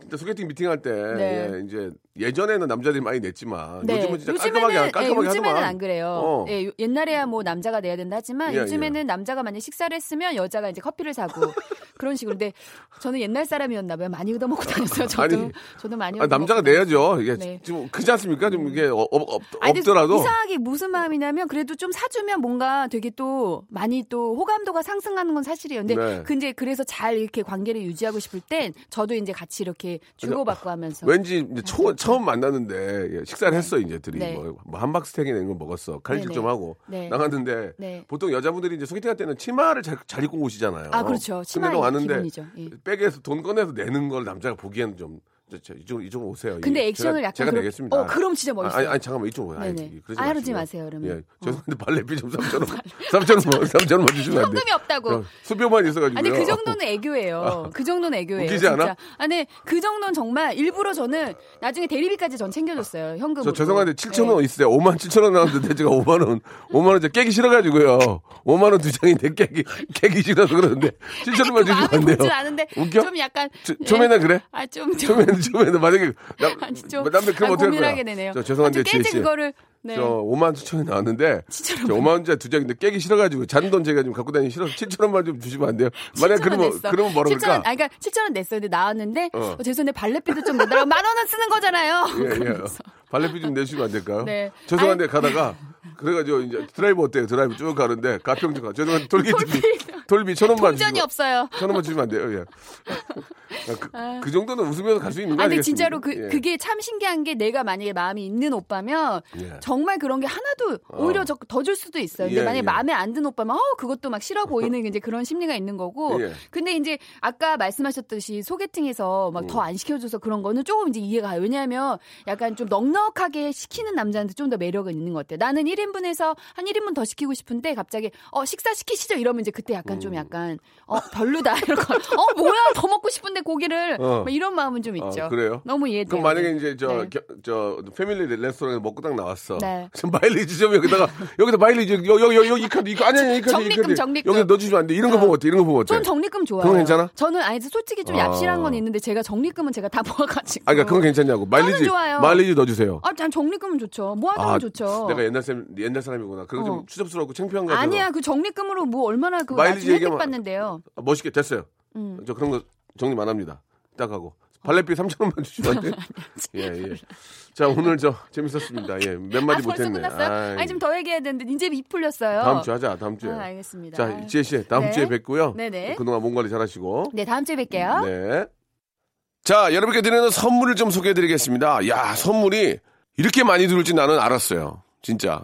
S3: 진짜 소개팅 미팅할 때
S6: 네.
S3: 예, 이제 예전에는 남자들이 많이 냈지만 요즘은 진짜
S6: 요즘에는,
S3: 깔끔하게 안- 깔끔하게
S6: 예, 요즘에는
S3: 하더만.
S6: 안 그래요.
S3: 어.
S6: 예, 요- 옛날에야 뭐 남자가 내야 된다지만
S3: 예,
S6: 요즘에는 남자가 만약 식사를 했으면 여자가 이제 커피를 사고 그런 식으로. 근데 저는 옛날 사람이었나 봐요. 많이 얻어먹고 다녔어요. 저도
S3: 아니,
S6: 저도 많이.
S3: 아, 남자가 내야죠. 이게
S6: 네.
S3: 지금 그지 않습니까? 좀 이게 어- 어- 없,
S6: 아니, 근데
S3: 없더라도
S6: 이상하게 무슨 마음이냐면 그래도 좀 사주면 뭔가 되게 또 많이 또 호감도가 상승하는 건 사실이에요. 근데
S3: 네.
S6: 그 이제 그래서 잘 이렇게 관계를 유지하고 싶을 땐 저도 이제 같이 이렇게 주고받고 하면서 그렇죠.
S3: 왠지 이제 초, 처음 만났는데 예, 식사를 했어 이제 둘이
S6: 네.
S3: 뭐, 뭐 함박스테이크 이런 거 먹었어 칼질
S6: 네네.
S3: 좀 하고
S6: 네.
S3: 나갔는데
S6: 네.
S3: 보통 여자분들이 이제 소개팅 할 때는 치마를 잘, 잘 입고 오시잖아요.
S6: 아 그렇죠. 치마
S3: 근데도 왔는데
S6: 기본이죠. 예.
S3: 백에서 돈 꺼내서 내는 걸 남자가 보기에는 좀 저, 저, 이쪽 이쪽 오세요.
S6: 근데
S3: 이-
S6: 액션을
S3: 제가,
S6: 약간
S3: 제가
S6: 그렇-
S3: 내겠습니다.
S6: 어, 그럼 진짜 멋있어요.
S3: 아니, 아니 잠깐만 이쪽 오세요. 아니,
S6: 네네.
S3: 그러지
S6: 아,
S3: 마시고.
S6: 그러지 마세요, 그러면.
S3: 예, 죄송한데 발레비 좀 3천 원, 3천 원, 3천 원 주시면 안 돼.
S6: 현금이 없다고.
S3: 수표만 있어가지고요. 아,
S6: 아니 그 정도는 애교예요. 그 정도는 애교예요.
S3: 웃기지 않아?
S6: 진짜. 아니 그 정도는 정말 일부러 저는 나중에 대리비까지 전 챙겨줬어요. 네. 현금.
S3: 저 죄송한데 7천 원 있어요. 5만 7천 원 나왔는데 제가 5만 원, 5만 원 제가 깨기 싫어가지고요. 5만 원 두 장인데 깨기 깨기 싫어서 그러는데 7천 원만
S6: 그
S3: 주시면
S6: 마음이
S3: 안
S6: 보진
S3: 돼요.
S6: 않은데
S3: 웃겨?
S6: 좀 약간 예.
S3: 저- 처음에는 그래?
S6: 아좀 좀.
S3: 처음에는 처음에는 만약에 남,
S6: 아니, 좀
S3: 남들
S6: 아,
S3: 그럼 어떻게 할
S6: 고민하게
S3: 거야?
S6: 되네요.
S3: 저
S6: 아,
S3: 죄송한데
S6: 좀
S3: 지혜
S6: 깨진
S3: 씨.
S6: 거를 네.
S3: 저 5만 7천 원이 나왔는데
S6: 진짜로
S3: 저 5만 원짜리 두 장인데 깨기 싫어가지고 잔돈 제가 지금 갖고 다니기 싫어서 7천 원만 좀 주시면 안 돼요? 만약
S6: 7,000원
S3: 그러면
S6: 냈어.
S3: 그러면 뭐라
S6: 7,000원,
S3: 그럴까?
S6: 아니, 그러니까 7천 원 냈어요. 근데 나왔는데
S3: 어.
S6: 어. 죄송한데 발레비도 좀 내달라고 만 원은 쓰는 거잖아요.
S3: 예, 예.
S6: 그러면서.
S3: 발레비 좀 내시면 안 될까요?
S6: 네.
S3: 죄송한데 가다가 그래가지고 이제 드라이브 어때요? 드라이브 쭉 가는데 가평 가. 죄송한데 돌비 돌비, 돌비 천 원만
S6: 동전이
S3: 주시고.
S6: 없어요.
S3: 천 원만 주시면 안 돼요? 예. 아, 그, 그 정도는 웃으면서 갈 수 있는 거
S6: 아, 근데
S3: 아니겠습니까?
S6: 진짜로 그,
S3: 예.
S6: 그게 참 신기한 게 내가 만약에 마음이 있는 오빠면
S3: 예. 어.
S6: 정말 그런 게 하나도 오히려 더 줄 수도 있어요. 근데
S3: 예,
S6: 만약에
S3: 예.
S6: 마음에 안 든 오빠면 어, 그것도 막 싫어 보이는 이제 그런 심리가 있는 거고.
S3: 예.
S6: 근데 이제 아까 말씀하셨듯이 소개팅에서 막
S3: 음.
S6: 더 안 시켜줘서 그런 거는 조금 이제 이해가 가요. 왜냐하면 약간 좀 넉넉하게 시키는 남자한테 좀 더 매력은 있는 것 같아요. 나는 1인분에서 한 1인분 더 시키고 싶은데 갑자기 어, 식사 시키시죠? 이러면 이제 그때 약간
S3: 음.
S6: 좀 약간 어, 별로다. 이러고 어, 뭐야? 더 먹고 싶은데 고기를
S3: 어.
S6: 막 이런 마음은 좀 있죠.
S3: 아, 그래요?
S6: 너무 이해돼요.
S3: 그럼 만약에 이제 저,
S6: 네.
S3: 겨- 저 패밀리 레스토랑에 먹고 딱 나왔어.
S6: 네.
S3: 지금 마일리지 좀 여기다가 여기다 마일리지 여기 여기 여기, 여기 이 카드 이거 아니 아니 이 카드 이
S6: 적립금,
S3: 카드
S6: 적립금.
S3: 여기 넣어주면 안 돼. 이런 거 보면 어때? 이런 거 보면 어때?
S6: 전 적립금 좋아요.
S3: 네. 그건 괜찮아?
S6: 저는 아니 솔직히 좀
S3: 아.
S6: 얍실한 건 있는데 제가 적립금은 제가 다 모아가지고.
S3: 아, 그러니까 그건 괜찮냐고. 마일리지
S6: 좋아요.
S3: 마일리지 넣어주세요.
S6: 아, 난 적립금은 좋죠. 모아두면 좋죠.
S3: 내가 옛날 사람 옛날 사람이구나. 그런
S6: 어.
S3: 좀 추접스럽고 창피한 거
S6: 아니야, 그 적립금으로 뭐 얼마나 그
S3: 마일리지
S6: 나중에 혜택
S3: 얘기하면-
S6: 받는데요.
S3: 아, 멋있게 됐어요.
S6: 음.
S3: 저 그런 거 정리 안 합니다. 딱 하고 발렛비 3천 원만 주시면 안 돼요? 예 예. 자 오늘 저 재밌었습니다. 예몇
S6: 아,
S3: 마디
S6: 벌써
S3: 못했네.
S6: 끝났어요?
S3: 아이,
S6: 아니, 좀 더 얘기해야 되는데 이제 입 풀렸어요.
S3: 다음 주 하자. 다음 주에.
S6: 아, 알겠습니다.
S3: 자 지혜 씨 다음
S6: 네.
S3: 주에 뵙고요.
S6: 네네.
S3: 그동안 몸 관리 잘하시고.
S6: 네, 다음 주에 뵐게요.
S3: 네. 자, 여러분께 드리는 선물을 좀 소개해 드리겠습니다. 야, 선물이 이렇게 많이 들을지 나는 알았어요. 진짜.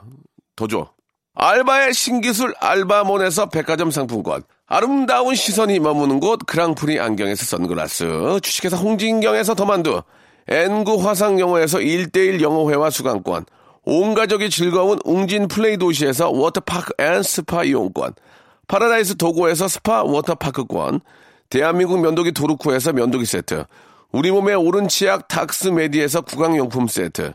S3: 더 줘. 알바의 신기술 알바몬에서 백화점 상품권. 아름다운 시선이 머무는 곳 그랑프리 안경에서 선글라스. 주식회사 홍진경에서 더만두. N구 화상영어에서 1대1 영어회화 수강권. 온 가족이 즐거운 웅진 플레이 도시에서 워터파크 앤 스파 이용권. 파라다이스 도고에서 스파 워터파크권, 대한민국 면도기 도르코에서 면도기 세트, 우리 몸의 오른 치약 닥스메디에서 구강용품 세트,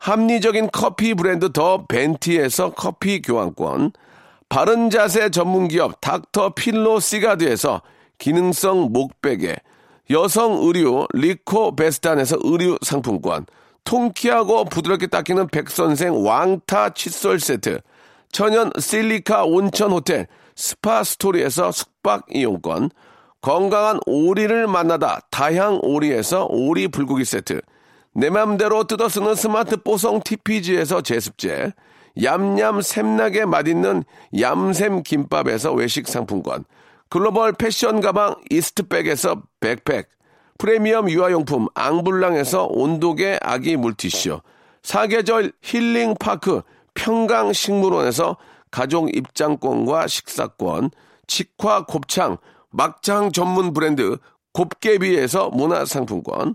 S3: 합리적인 커피 브랜드 더 벤티에서 커피 교환권, 바른 자세 전문 기업 닥터 필로 시가드에서 기능성 목베개, 여성 의류 리코 베스탄에서 의류 상품권, 통키하고 부드럽게 닦이는 백선생 왕타 칫솔 세트, 천연 실리카 온천 호텔 스파 스토리에서 숙박 이용권, 건강한 오리를 만나다 다향 오리에서 오리 불고기 세트, 내 맘대로 뜯어쓰는 스마트 뽀송 TPG에서 제습제, 얌얌 샘나게 맛있는 얌샘 김밥에서 외식 상품권, 글로벌 패션 가방 이스트백에서 백팩, 프리미엄 유아용품 앙블랑에서 온도계 아기 물티슈, 사계절 힐링파크 평강식물원에서 가족 입장권과 식사권, 직화 곱창, 막창 전문 브랜드 곱개비에서 문화상품권,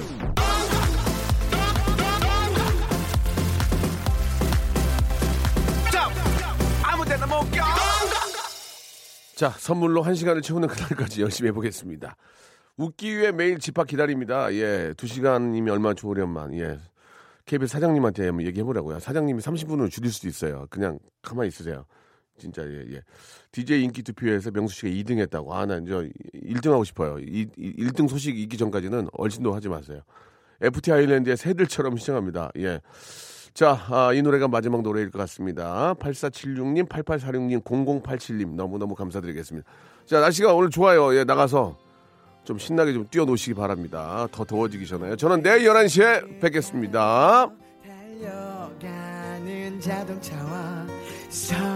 S3: 자, 선물로 한 시간을 채우는 그날까지 열심히 해보겠습니다. 웃기 위해 매일 집합 기다립니다. 예, 두 시간이면 얼마나 좋으련만. 예. KBS 사장님한테 한번 얘기해보라고요. 사장님이 30분으로 줄일 수도 있어요. 그냥 가만히 있으세요. 진짜, 예, 예. DJ 인기 투표에서 명수 씨가 2등 했다고. 아, 나 이제 1등 하고 싶어요. 이, 이- 1등 소식 있기 전까지는 얼씬도 하지 마세요. FT 아일랜드의 새들처럼 시청합니다. 예. 자, 아, 이 노래가 마지막 노래일 것 같습니다. 8476님, 8846님, 0087님 너무너무 감사드리겠습니다. 자, 날씨가 오늘 좋아요. 예, 나가서 좀 신나게 좀 뛰어노시기 바랍니다. 더 더워지기 전에. 저는 내일 11시에 뵙겠습니다.
S9: 달려가는 자동차와 서